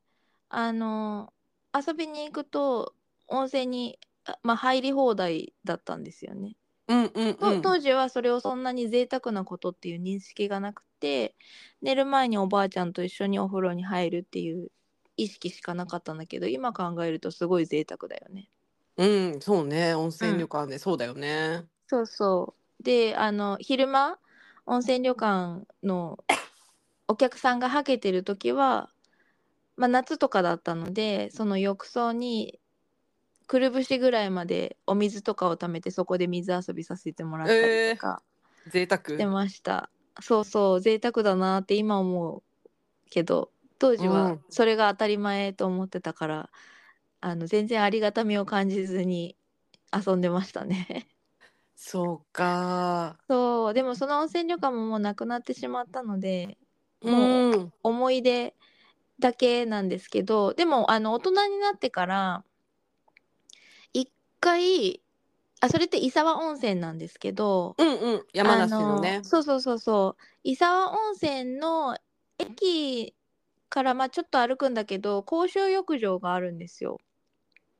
S1: あの遊びに行くと温泉に、あまあ、入り放題だったんですよね。
S2: うんうん
S1: と
S2: うん。
S1: 当時はそれをそんなに贅沢なことっていう認識がなくて寝る前におばあちゃんと一緒にお風呂に入るっていう意識しかなかったんだけど今考えるとすごい贅沢だよね。
S2: うん、そうね。温泉
S1: うん
S2: 旅館で、そうだよね。
S1: そうそう。で、あの、昼間、温泉旅館のお客さんがはけてる時は、まあ夏とかだったので、その浴槽に、くるぶしぐらいまでお水とかを貯めてそこで水遊びさせてもらったりとか、
S2: 贅
S1: して
S2: 沢。
S1: ましたそうそう贅沢だなって今思うけど当時
S2: う
S1: は
S2: ん
S1: それが当たり前と思ってたから、あの全然ありがたみを感じずに遊んでましたね
S2: そうか。
S1: そうでもその温泉旅館ももうなくなってしまったので
S2: うん。うん
S1: 思い出だけなんですけどでもあの大人になってから一回あそれって伊沢温泉なんですけど
S2: うん。山梨の
S1: あ
S2: ね。
S1: そうそうそうそう伊沢温泉の駅からまあちょっと歩くんだけど公衆浴場があるんですよ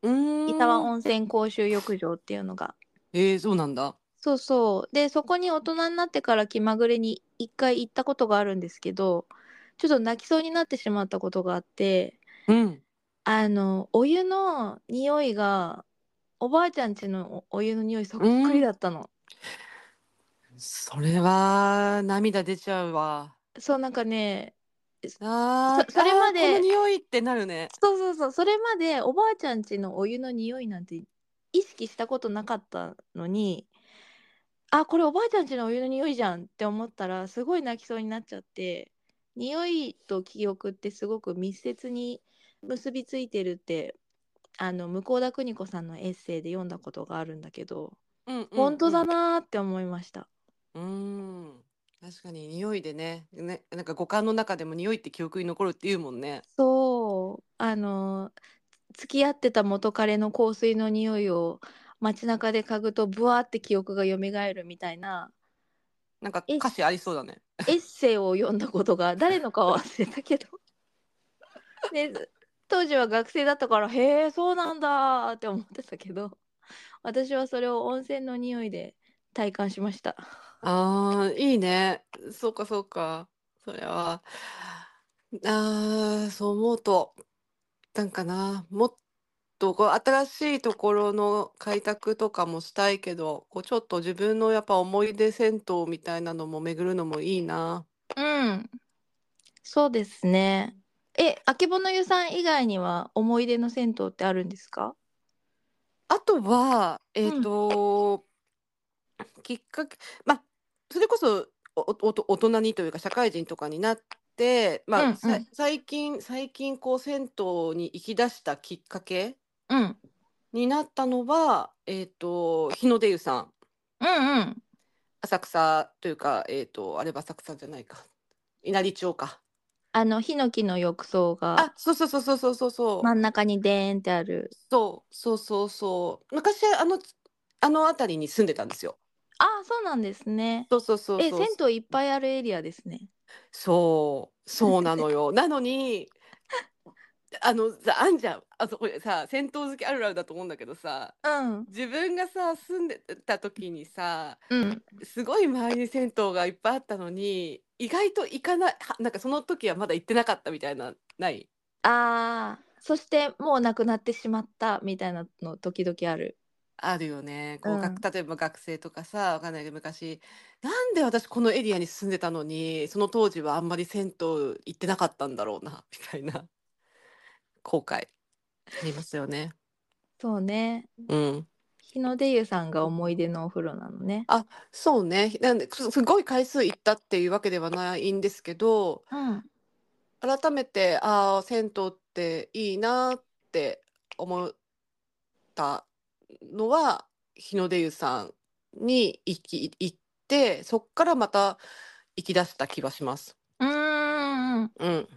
S2: う
S1: 伊
S2: ー
S1: 沢
S2: ん。
S1: 温泉公衆浴場っていうのが
S2: えー、そうなんだ。
S1: そうそうでそこに大人になってから気まぐれに一回行ったことがあるんですけどちょっと泣きそうになってしまったことがあって
S2: うん。
S1: あのお湯の匂いがおばあちゃん家のおお湯の匂いそっくりだったの、
S2: それは涙出ちゃうわ。
S1: そうなんかね
S2: あー
S1: そそれまで
S2: あーこの匂いってなるね。
S1: そうそうそうそれまでおばあちゃん家のお湯の匂いなんて意識したことなかったのにあこれおばあちゃん家のお湯の匂いじゃんって思ったらすごい泣きそうになっちゃって匂いと記憶ってすごく密接に結びついてるってあの向田邦子さんのエッセイで読んだことがあるんだけど
S2: うんうん、うん。
S1: 本当だ。なーって思いました。
S2: うん。確かに匂いでねね、なんか五感の中でも匂いって記憶に残るっていうもんね。
S1: そうあの付き合ってた元彼の香水の匂いを街中で嗅ぐとブワーって記憶が蘇るみたい な
S2: なんか
S1: え
S2: 歌詞ありそうだね。
S1: エッセイを読んだことが誰のかは忘れた けどで当時は学生だったからへえそうなんだーって思ってたけど私はそれを温泉の匂いで体感しました
S2: ああ、いいね。そうか、そうか。それは。ああ、そう思うと、なんかな、もっとこう新しいところの開拓とかもしたいけど、こうちょっと自分のやっぱ思い出銭湯みたいなのも巡るのもいいな。
S1: うんそうですねえあけぼの湯さん以外には思い出の銭湯ってあるんですか
S2: あとは、えっ
S1: うん
S2: と、きっかけ、まあ、それこそおおと大人にというか社会人とかになって、まあ、
S1: うんう
S2: さ
S1: ん
S2: 最近最近こう銭湯に行き出したきっかけ
S1: うん
S2: になったのは、えっと、日の出湯さん、
S1: うんうん
S2: 浅草というか、えっと、あれは浅草じゃないか、稲荷町か。
S1: あのヒノキの浴槽が
S2: あ、そうそうそうそうそうそうそう、
S1: 真ん中にでーんってある
S2: そうそうそうそう、昔あのあの辺りに住んでたんですよ。
S1: ああそうなんですね
S2: そうそうそう
S1: え
S2: そう。
S1: 銭湯いっぱいあるエリアですね
S2: そう、そうなのよ。なのに、あの、さ、あんじゃん。あそこでさ、銭湯好きあるあるだと思うんだけどさ、
S1: うん
S2: 自分がさ、住んでた時にさ、
S1: うん
S2: すごい周りに銭湯がいっぱいあったのに、意外と行かない、はなんかその時はまだ行ってなかったみたいな、ない
S1: ああそしてもうなくなってしまったみたいなの時々ある
S2: あるよね。こう、
S1: うん
S2: 学例えば学生とかさ、わかんないけど昔、なんで私このエリアに住んでたのに、その当時はあんまり銭湯行ってなかったんだろうな、 みたいな後悔ありますよね。
S1: そうね
S2: うん。
S1: 日の出湯さんが思い出のお風呂なのね
S2: あ、そうね。なんで、すすごい回数行ったっていうわけではないんですけど、
S1: うん
S2: 改めて、ああ、銭湯っていいなって思ったのは、日の出湯さんに行き、行って、そっからまた行き出した気がします。
S1: うーん
S2: うん。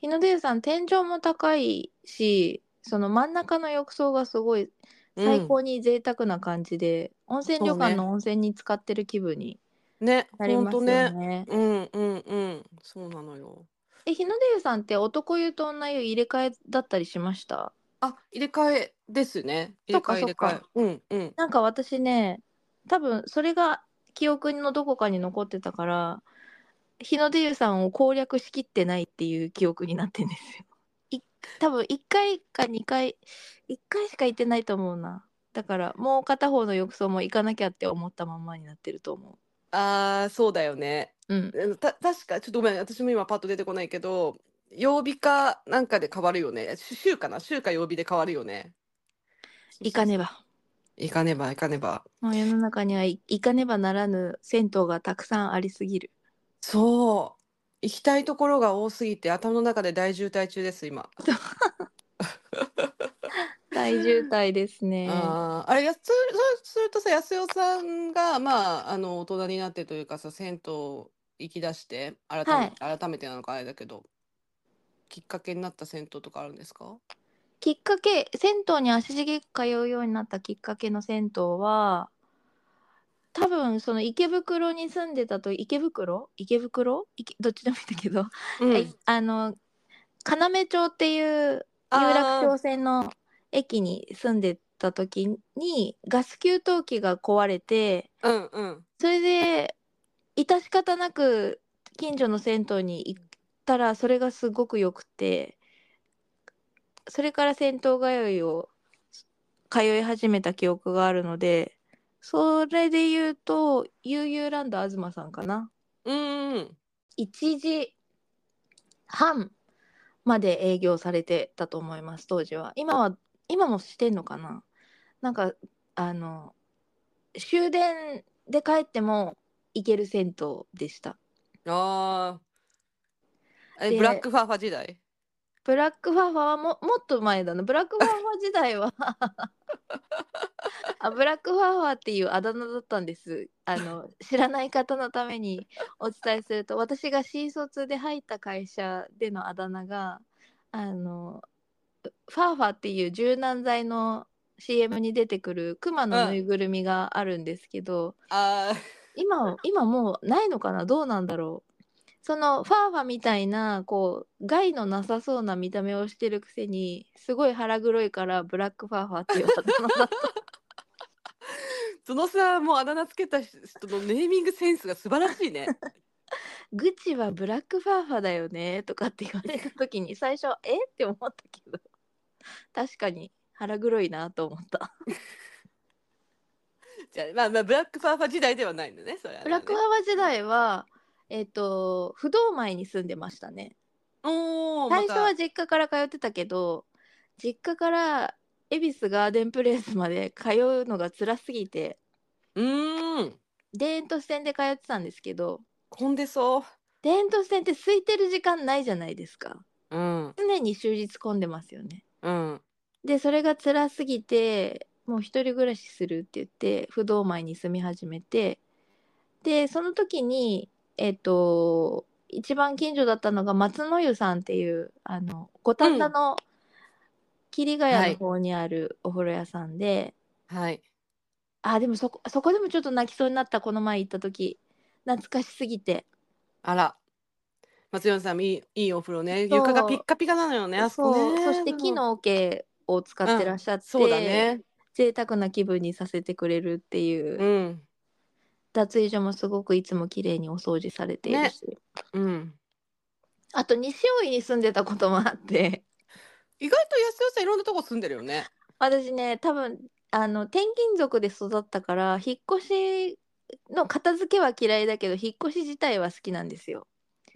S1: 日の出湯さん天井も高いしその真ん中の浴槽がすごい最高に贅沢な感じで、温泉旅
S2: そうね
S1: 館の温泉に使ってる気分に
S2: ね、
S1: なり
S2: ほん
S1: ます
S2: と
S1: よ
S2: ね。
S1: ね。
S2: うんうんうん。そうなのよ。
S1: え、日の出湯さんって男湯と女湯入れ替えだったりしました
S2: あ、入れ替えですね。入
S1: そ
S2: れ
S1: っか
S2: 替え、入れ
S1: そっ
S2: 替え。うんうん。
S1: なんか私ね、多分それが記憶のどこかに残ってたから、日の出湯さんを攻略しきってないっていう記憶になってんですよ。い多分1回か2回、1回しか行ってないと思うな。だからもう片方の浴槽も行かなきゃって思ったままになってると思
S2: ああ、そうだよね。
S1: う。うん。
S2: うんた、確か、ちょっとごめん、私も今パッと出てこないけど、曜日かなんかで変わるよね。し週かな、週か曜日で変わるよね。そう
S1: 行
S2: そ
S1: か
S2: うそ
S1: ね
S2: う
S1: ば。
S2: 行かねば行かねば。
S1: もう世の中にはい行かねばならぬ銭湯がたくさんありすぎる。
S2: そう。行きたいところが多すぎて頭の中で大渋滞中です、今。
S1: 大渋滞ですね。
S2: あーあれやつそうするとさ安代さんがまああの大人になってというかさ銭湯行き出して改め,、改めてなのかあれだけどきっかけになった銭湯とかあるんですか
S1: きっかけ銭湯に足しげく通うようになったきっかけの銭湯は多分その池袋に住んでたと池袋池袋池どっちでもいいんだけど、
S2: うん
S1: はいあの要町っていう
S2: あー
S1: 有楽町線の駅に住んでた時にガス給湯器が壊れて
S2: うんうん
S1: それで致し方なく近所の銭湯に行ったらそれがすごく良くてそれから銭湯通いを通い始めた記憶があるのでそれで言うと悠々ランド東さんかな
S2: うんうん
S1: 1時半まで営業されてたと思います当時は今は今もしてんのかななんかあの終電で帰っても行ける銭湯でした
S2: あーえ
S1: で
S2: ブラックファーファ時代
S1: ブラックファーファーはももっと前だなブラックファーファー時代はあブラックファーファーっていうあだ名だったんですあの知らない方のためにお伝えすると私が新卒で入った会社でのあだ名があのファーファーっていう柔軟剤の CM に出てくるクマのぬいぐるみがあるんですけど、
S2: あ
S1: 今今もうないのかなどうなんだろうそのファーファみたいなこう害のなさそうな見た目をしてるくせにすごい腹黒いからブラックファーファーって言われたの
S2: ー そのさもうあだ名つけた人のネーミングセンスが素晴らしいね
S1: 愚痴はブラックファーファーだよねとかって言われた時に最初えって思ったけど確かに腹黒いなと思った
S2: じゃあまあまあブラックファーファ時代ではないんだねそれはね
S1: ブラックファーファー時代はえっ、と不動前に住んでましたね
S2: おお
S1: 最初は実家から通ってたけど実家から恵比寿ガーデンプレイスまで通うのが辛すぎて
S2: うーん
S1: 田園都市線で通ってたんですけど
S2: 混んでそ
S1: 田園都市線って空いてる時間ないじゃないですか
S2: ううん
S1: 常に終日混んでますよね
S2: うん
S1: でそれが辛すぎてもう一人暮らしするって言って不動前に住み始めてでその時にえっ、と一番近所だったのが松の湯さんっていうあの五反田の霧ヶ谷の方にあるお風呂屋さんで、
S2: はい。
S1: あでもそこそこでもちょっと泣きそうになったこの前行った時懐かしすぎて
S2: あら。松山さん、いい、いいお風呂ね。
S1: そう
S2: 床がピッカピカなのよね。あそこ
S1: そう
S2: ね。
S1: そして木の桶を使ってらっしゃって、
S2: そうだね。
S1: 贅沢な気分にさせてくれるっていう、
S2: うん。
S1: 脱衣所もすごくいつも綺麗にお掃除されているし、
S2: うん。
S1: あと西大井に住んでたこともあって
S2: 意外と安代さん、いろんなとこ住んでるよね。
S1: 私ね多分あの転勤族で育ったから引っ越しの片付けは嫌いだけど引っ越し自体は好きなんですよ。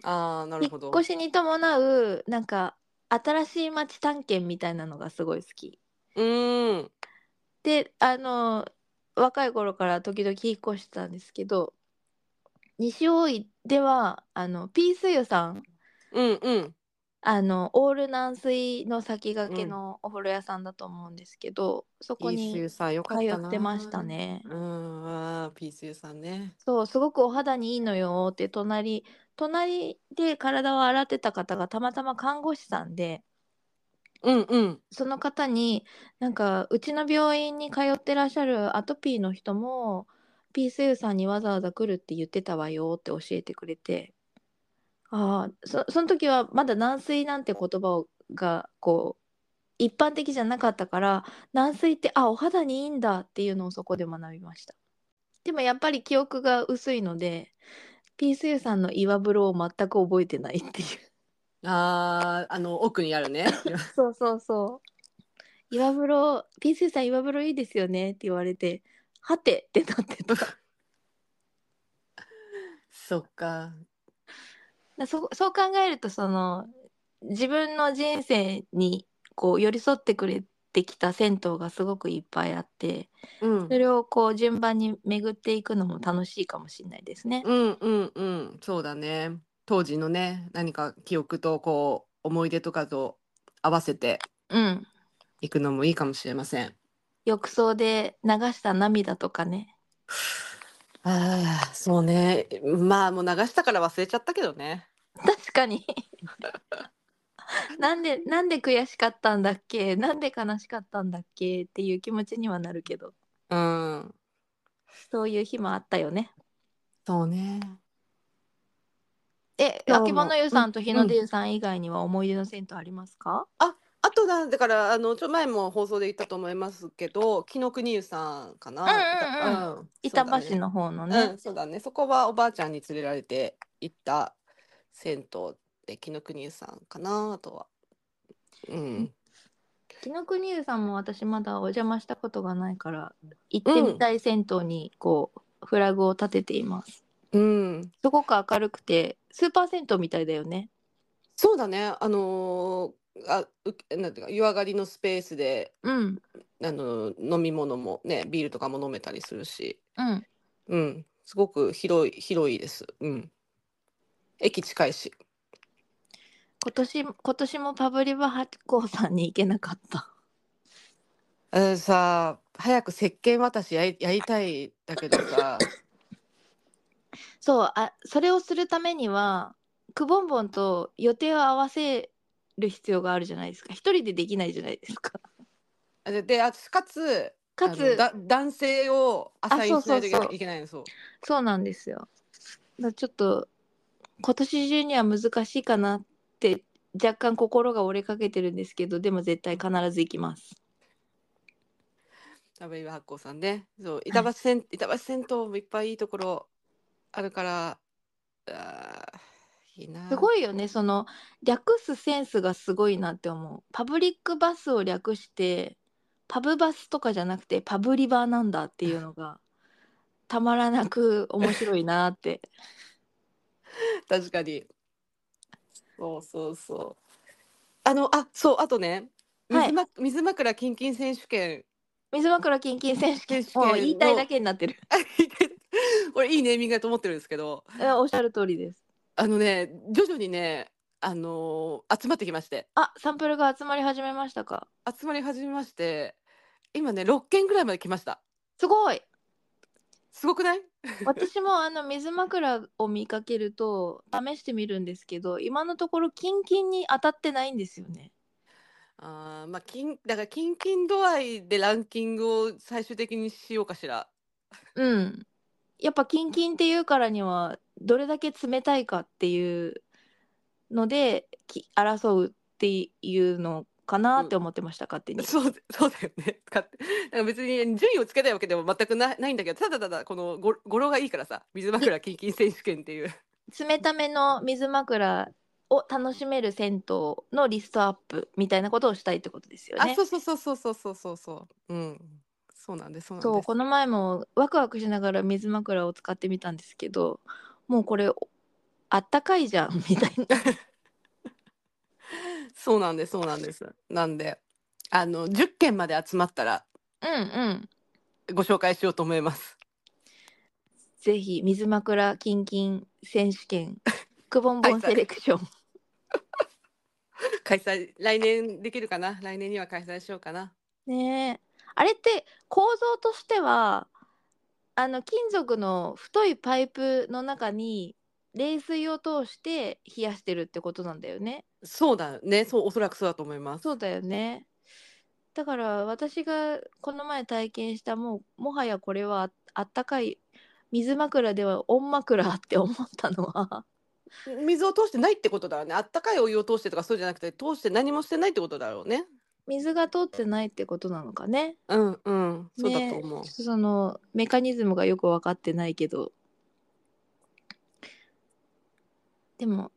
S2: ああ、なる
S1: 引
S2: ほ
S1: っ
S2: ど。
S1: 越しに伴うなんか新しい街探検みたいなのがすごい好き。
S2: うーん。
S1: であの若い頃から時々引っ越してたんですけど西大井ではあのピース湯さん
S2: うん、うん。
S1: あのオール軟水の先駆けのお風呂屋さんだと思うんですけど、そこ
S2: ピースユ
S1: に
S2: ーさん、よ
S1: 通
S2: かったな。
S1: ってました。ね。
S2: うん、ああ、ピースユーさんね。
S1: そうすごくお肌にいいのよって隣隣で体を洗ってた方がたまたま看護師さんで
S2: うん、うん。
S1: その方になんかうちの病院に通ってらっしゃるアトピーの人も PSU さんにわざわざ来るって言ってたわよって教えてくれてああそその時はまだ軟水なんて言葉をがこう一般的じゃなかったから軟水ってあお肌にいいんだっていうのをそこで学びましたでもやっぱり記憶が薄いので PSU さんの岩風呂を全く覚えてないっていう
S2: ああ、あの、奥にあるね。
S1: そうそうそう。岩風呂、ピースーさん岩風呂いいですよねって言われて、はてってなってた。
S2: そっか。
S1: だ そそう考えると、その、自分の人生にこう寄り添ってくれってきた銭湯がすごくいっぱいあって
S2: う
S1: そ
S2: ん
S1: れをこう順番に巡っていくのも楽しいかもしれないですね。
S2: うんうんうんそうだね当時のね何か記憶とこう思い出とかと合わせて
S1: うん、
S2: いくのもいいかもしれません
S1: 浴槽で流した涙とかね
S2: ああそうねまあもう流したから忘れちゃったけどね
S1: 確かに なんでなんで悔しかったんだっけなんで悲しかったんだっけっていう気持ちにはなるけど
S2: うん
S1: そういう日もあったよね
S2: そうね
S1: え
S2: そう
S1: 秋葉の湯さんと日の出湯さん以外には思い出の銭湯ありますか、
S2: あとだだからあのちょ前も放送で言ったと思いますけど紀ノ国湯さんかな、
S1: うんうん
S2: うん
S1: 板
S2: そうだ
S1: 橋
S2: ね
S1: の方のね
S2: うん、そうだね。そこはおばあちゃんに連れられて行った銭湯で紀ノ国湯さんかなあとは。うん。
S1: 紀ノ国湯さんも私まだお邪魔したことがないから行ってみたい銭湯にこう、フラグを立てています
S2: うん。
S1: すごく明るくてスーパー銭湯みたいだよね
S2: そうだね。あのーあうなんていうか湯上がりのスペースで
S1: うん
S2: あの飲み物もねビールとかも飲めたりするし、
S1: うん
S2: うん。すごく広い広いです。うん。駅近いし。
S1: 今年今年もパブリバ発行さんに行けなかった
S2: あのさ早く石鹸渡しやりやりたいんだけど さ。
S1: そうあそれをするためにはくぼんぼんと予定を合わせる必要があるじゃないですか一人でできないじゃないですか
S2: でであかつ
S1: か
S2: あ
S1: つ
S2: のだ男性をアサインしないといけ
S1: あそうそうそう
S2: いけないのそう
S1: そうなんですよだからちょっと今年中には難しいかなって若干心が折れかけてるんですけどでも絶対必ず行きます
S2: 食べ岩発酵さんねそう板橋線、板橋銭湯もいっぱいいいところあるからあーいいな
S1: すごいよねその略すセンスがすごいなって思うパブリックバスを略してパブバスとかじゃなくてパブリバーなんだっていうのがたまらなく面白いな って
S2: 確かにそうそうそうあのあそうあとね
S1: はい
S2: 水,、ま水枕キンキン選手権
S1: 水枕キンキン選手権
S2: 選手権の
S1: もう言いたいだけになってる
S2: 俺いいネーミングだと思ってるんですけど
S1: えおっしゃる通りです
S2: あのね徐々にねあのー集まってきまして
S1: あサンプルが集まり始めましたか
S2: 集まり始めまして今ね6件ぐらいまで来ました
S1: すごい
S2: すごくない
S1: 私もあの水枕を見かけると試してみるんですけど今のところキンキンに当たってないんですよね
S2: あーまあ金だから金金度合いでランキングを最終的にしようかしら
S1: うんやっぱキンキンっていうからにはどれだけ冷たいかっていうのでき争うっていうのかなって思ってました、勝手に
S2: そうそうだよね使ってなんか別に順位をつけたいわけでも全くないないんだけどただただこのご語呂がいいからさ水 枕金金選手権っていう
S1: 冷ための水枕を楽しめる銭湯のリストアップみたいなことをしたいってことですよ
S2: あ
S1: ね
S2: そうそうそうそうそうそうそうそううんそうなんですそうなん
S1: そう
S2: です
S1: この前もワクワクしながら水枕を使ってみたんですけどもうこれあったかいじゃんみたいな
S2: そうなんですそうなんですなんであの10件まで集まったら
S1: うんうん
S2: ご紹介しようと思います
S1: ぜひ水枕キンキン選手権 くぼんぼんセレクション、
S2: 開催来年できるかな来年には開催しようかな
S1: ねえあれって構造としてはあの金属の太いパイプの中に冷水を通して冷やしてるってことなんだよね
S2: そうだねそうおそらくそうだと思います
S1: そうだよねだから私がこの前体験したもうもはやこれはああったかい水枕では温枕って思ったのは
S2: 水を通してないってことだよねあったかいお湯を通してとかそうじゃなくて通して何もしてないってことだろうね
S1: 水が通ってないってことなのかね
S2: うんうんそうだと思う、
S1: ねそのメカニズムがよく分かってないけどでも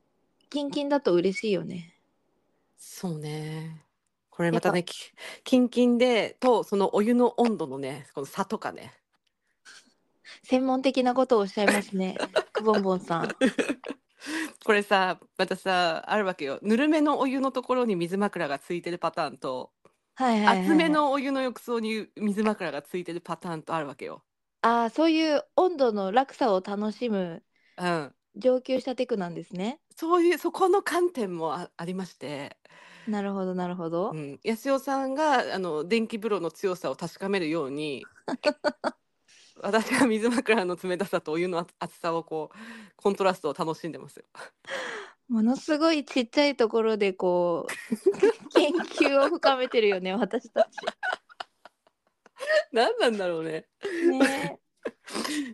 S1: キンキンだと嬉しいよね
S2: そうねこれまたねきキンキンでとそのお湯の温度のねこの差とかね
S1: 専門的なことをおっしゃいます ねくぼんぼんさん
S2: これさまたさあるわけよぬるめのお湯のところに水枕がついてるパターンと
S1: はいはいはいはい
S2: 厚めのお湯の浴槽に水枕がついてるパターンとあるわけよ。
S1: ああそういう温度の落差を楽しむ
S2: うん、
S1: 上級者テクなんですね。
S2: そういうそこの観点もあありまして、
S1: なるほどなるほど。
S2: うん、安代さんがあの電気風呂の強さを確かめるよ うに私は水枕の冷たさとお湯の熱熱さをこうコントラストを楽しんでますよ。
S1: ものすごいちっちゃいところでこ う研究を深めてるよね私た
S2: 何なんだろうね。
S1: ち。 ね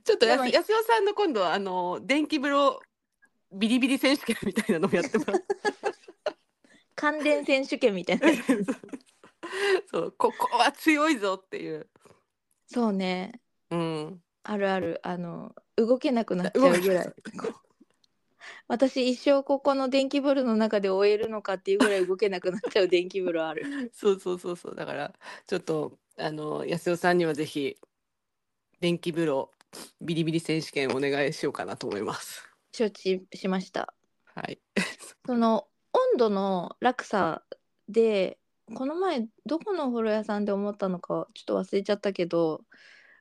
S2: ちょっとやす
S1: でも
S2: 安代さんの今度はあの電気風呂ビリビリ選手権みたいなのも やってもらって
S1: 関連選手権みたいなやつ。
S2: そうここは強いぞっていう、
S1: そうね
S2: うん、
S1: あるあるあの動けなくなっちゃうぐらい。私一生ここの電気ブルの中で終えるのかっていうぐらい動けなくなっちゃう電気ブルあ る。
S2: そうそうそうそうだからちょっとあの安代さんにはぜひ電気風呂ビリビリ選手権お願いしようかなと思います。
S1: 承知しました。
S2: はい、
S1: その温度の落差でこの前どこのお風呂屋さんで思ったのかちょっと忘れちゃったけど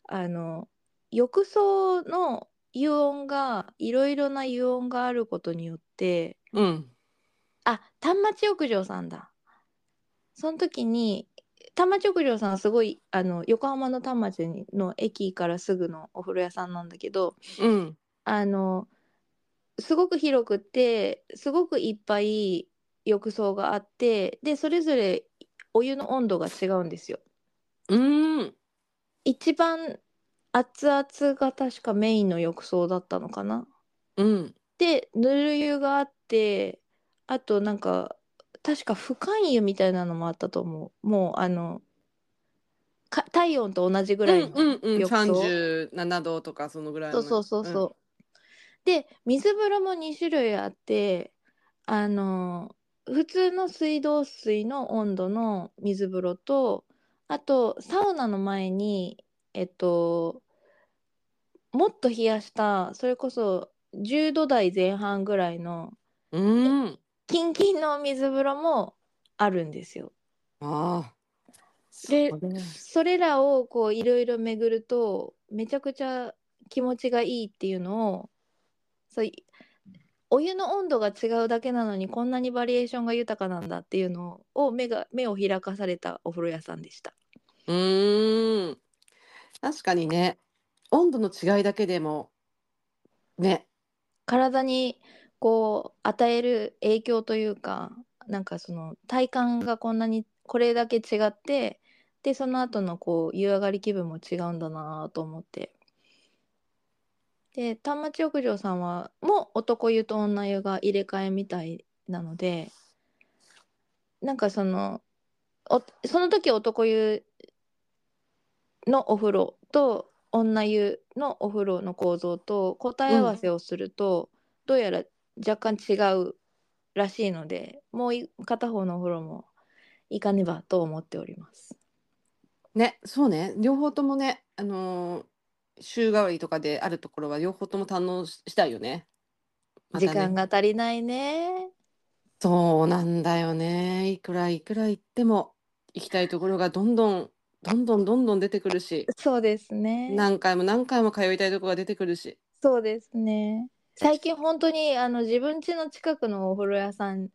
S1: あの浴槽の油温がいろいろな油温があることによって
S2: うん、
S1: あ端末浴場さんだその時に端末浴場さんはすごいあの横浜の端末にの駅からすぐのお風呂屋さんなんだけど
S2: うん、
S1: あのすごく広くてすごくいっぱい浴槽があってでそれぞれお湯の温度が違うんですよ。
S2: うん、
S1: 一番熱々が確かメインの浴槽だったのかな。
S2: うん、
S1: でぬる湯があってあとなんか確か不寒湯みたいなのもあったと思う。もうあのか体温と同じぐ
S2: ぐ
S1: らいの。
S2: うん、うん、
S1: 浴槽
S2: 三十七度とかそのぐらい
S1: そう
S2: の
S1: そうそうそう。で水風呂も2種類あってあの普通の水道水の温度の水風呂とあとサウナの前にえっともっと冷やしたそれこそ10度台前半ぐらいの
S2: うん、うん、
S1: キンキンの水風呂もあるんですよ。
S2: ああ、
S1: で
S2: そうね
S1: それらをこういろいろ巡るとめちゃくちゃ気持ちがいいっていうのをそういお湯の温度が違うだけなのにこんなにバリエーションが豊かなんだっていうのを目が目を開かされたお風呂屋さんでした。
S2: うーん。確かにね、温度の違いだけでも、ね、
S1: 体にこう与える影響というかなんかその体感がこんなにこれだけ違ってでその後のこう湯上がり気分も違うんだなぁと思ってで端末浴場さんはもう男湯と女湯が入れ替えみたいなのでなんかそのおその時男湯のお風呂と女湯のお風呂の構造と答え合わせをすると、どうやら若干違うらしいのでもうい片方のお風呂も行かねばと思っております。
S2: ね、そうね、両方ともね、あのー週替わりとかであるところは両方とも堪能ししたいよね。また
S1: 時
S2: ね
S1: 間が足りないね。
S2: そうなんだよね。いくらいくら行っても行きたいところがどんどんどんどんどんどん出てくるし、
S1: そうですね。
S2: 何回も何回も通いたいところが出てくるし。
S1: そうですね。最近本当にあの自分家の近くのお風呂屋さん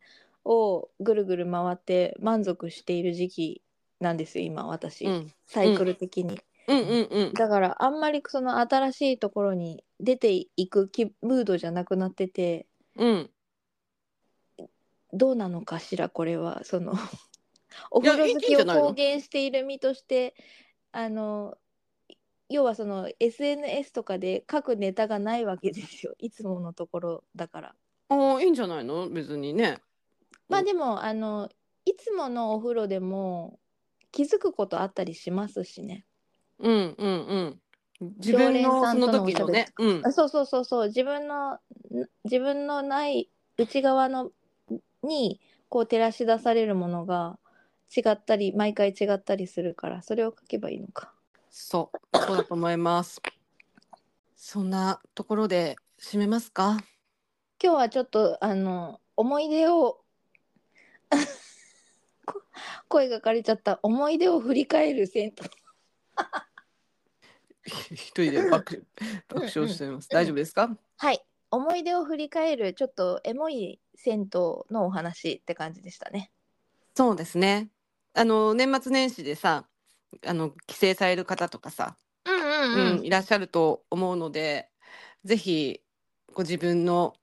S1: をぐるぐる回って満足している時期なんですよ今私、
S2: うん、
S1: サイクル的に。
S2: うんうんうん。
S1: だからあんまりその新しいところに出ていく気ムードじゃなくなってて
S2: うん。
S1: どうなのかしらこれはそ のお
S2: いや
S1: 風呂好
S2: いいん
S1: き
S2: じゃ
S1: を
S2: ないの
S1: 公言している身としてあの要はその SNS とかで書くネタがないわけですよ いつものところだから。
S2: ああ、いいんじゃないの別にね。
S1: ま
S2: う
S1: あ
S2: ん
S1: でもあのいつものお風呂でも気づくことあったりしますしね。
S2: うんうんうん。自
S1: 常
S2: 分
S1: 連
S2: の
S1: さ
S2: そ
S1: んと
S2: の
S1: のお
S2: 時
S1: しゃ
S2: の
S1: べり
S2: ね、うん
S1: あ、そうそうそうそう自分のん自分のない内側のにこう照らし出されるものが違ったり毎回違ったりするからそれを書けばいいのか。
S2: そう、そうだと思います。そんなところで締めますか。
S1: 今日はちょっとあの思い出を こ声が枯れちゃった思い出を振り返る銭湯
S2: 一人で爆爆笑しています。大丈夫ですか
S1: はい思い出を振り返るちょっとエモい銭湯のお話って感じでしたね
S2: そうですね。あの年末年始でさ、あの帰省される方とかさ、
S1: うんう
S2: うん、いらっしゃると思うのでぜひご自分の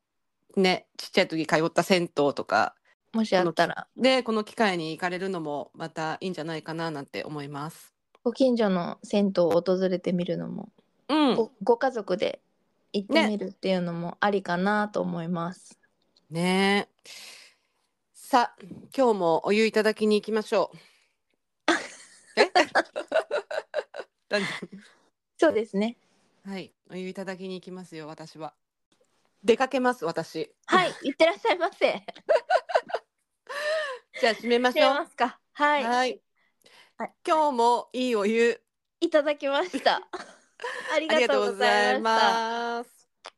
S2: ねちっちゃい時通った銭湯とか
S1: もしあったら
S2: でこの機会に行かれるのもまたいいんじゃないかななんて思います。
S1: ご近所の銭湯を訪れてみるのも、
S2: うん
S1: ご、ご家族で行ってみるっていうのもありかなと思います、
S2: ねえさあ今日もお湯いただきに行きましょ う。え大丈
S1: そうですね
S2: 夫 はいお湯いただきに行きますよ私は。出かけます私。
S1: はい行ってらっしゃいませ
S2: じゃあ締めま
S1: 違
S2: し
S1: い
S2: ょう。
S1: ますかはい、
S2: はい
S1: はい。
S2: 今日もいいお湯
S1: いただきましたあり
S2: あ
S1: が
S2: り
S1: と
S2: がと
S1: う
S2: う
S1: ござ
S2: ござ
S1: い
S2: い
S1: ました
S2: ます。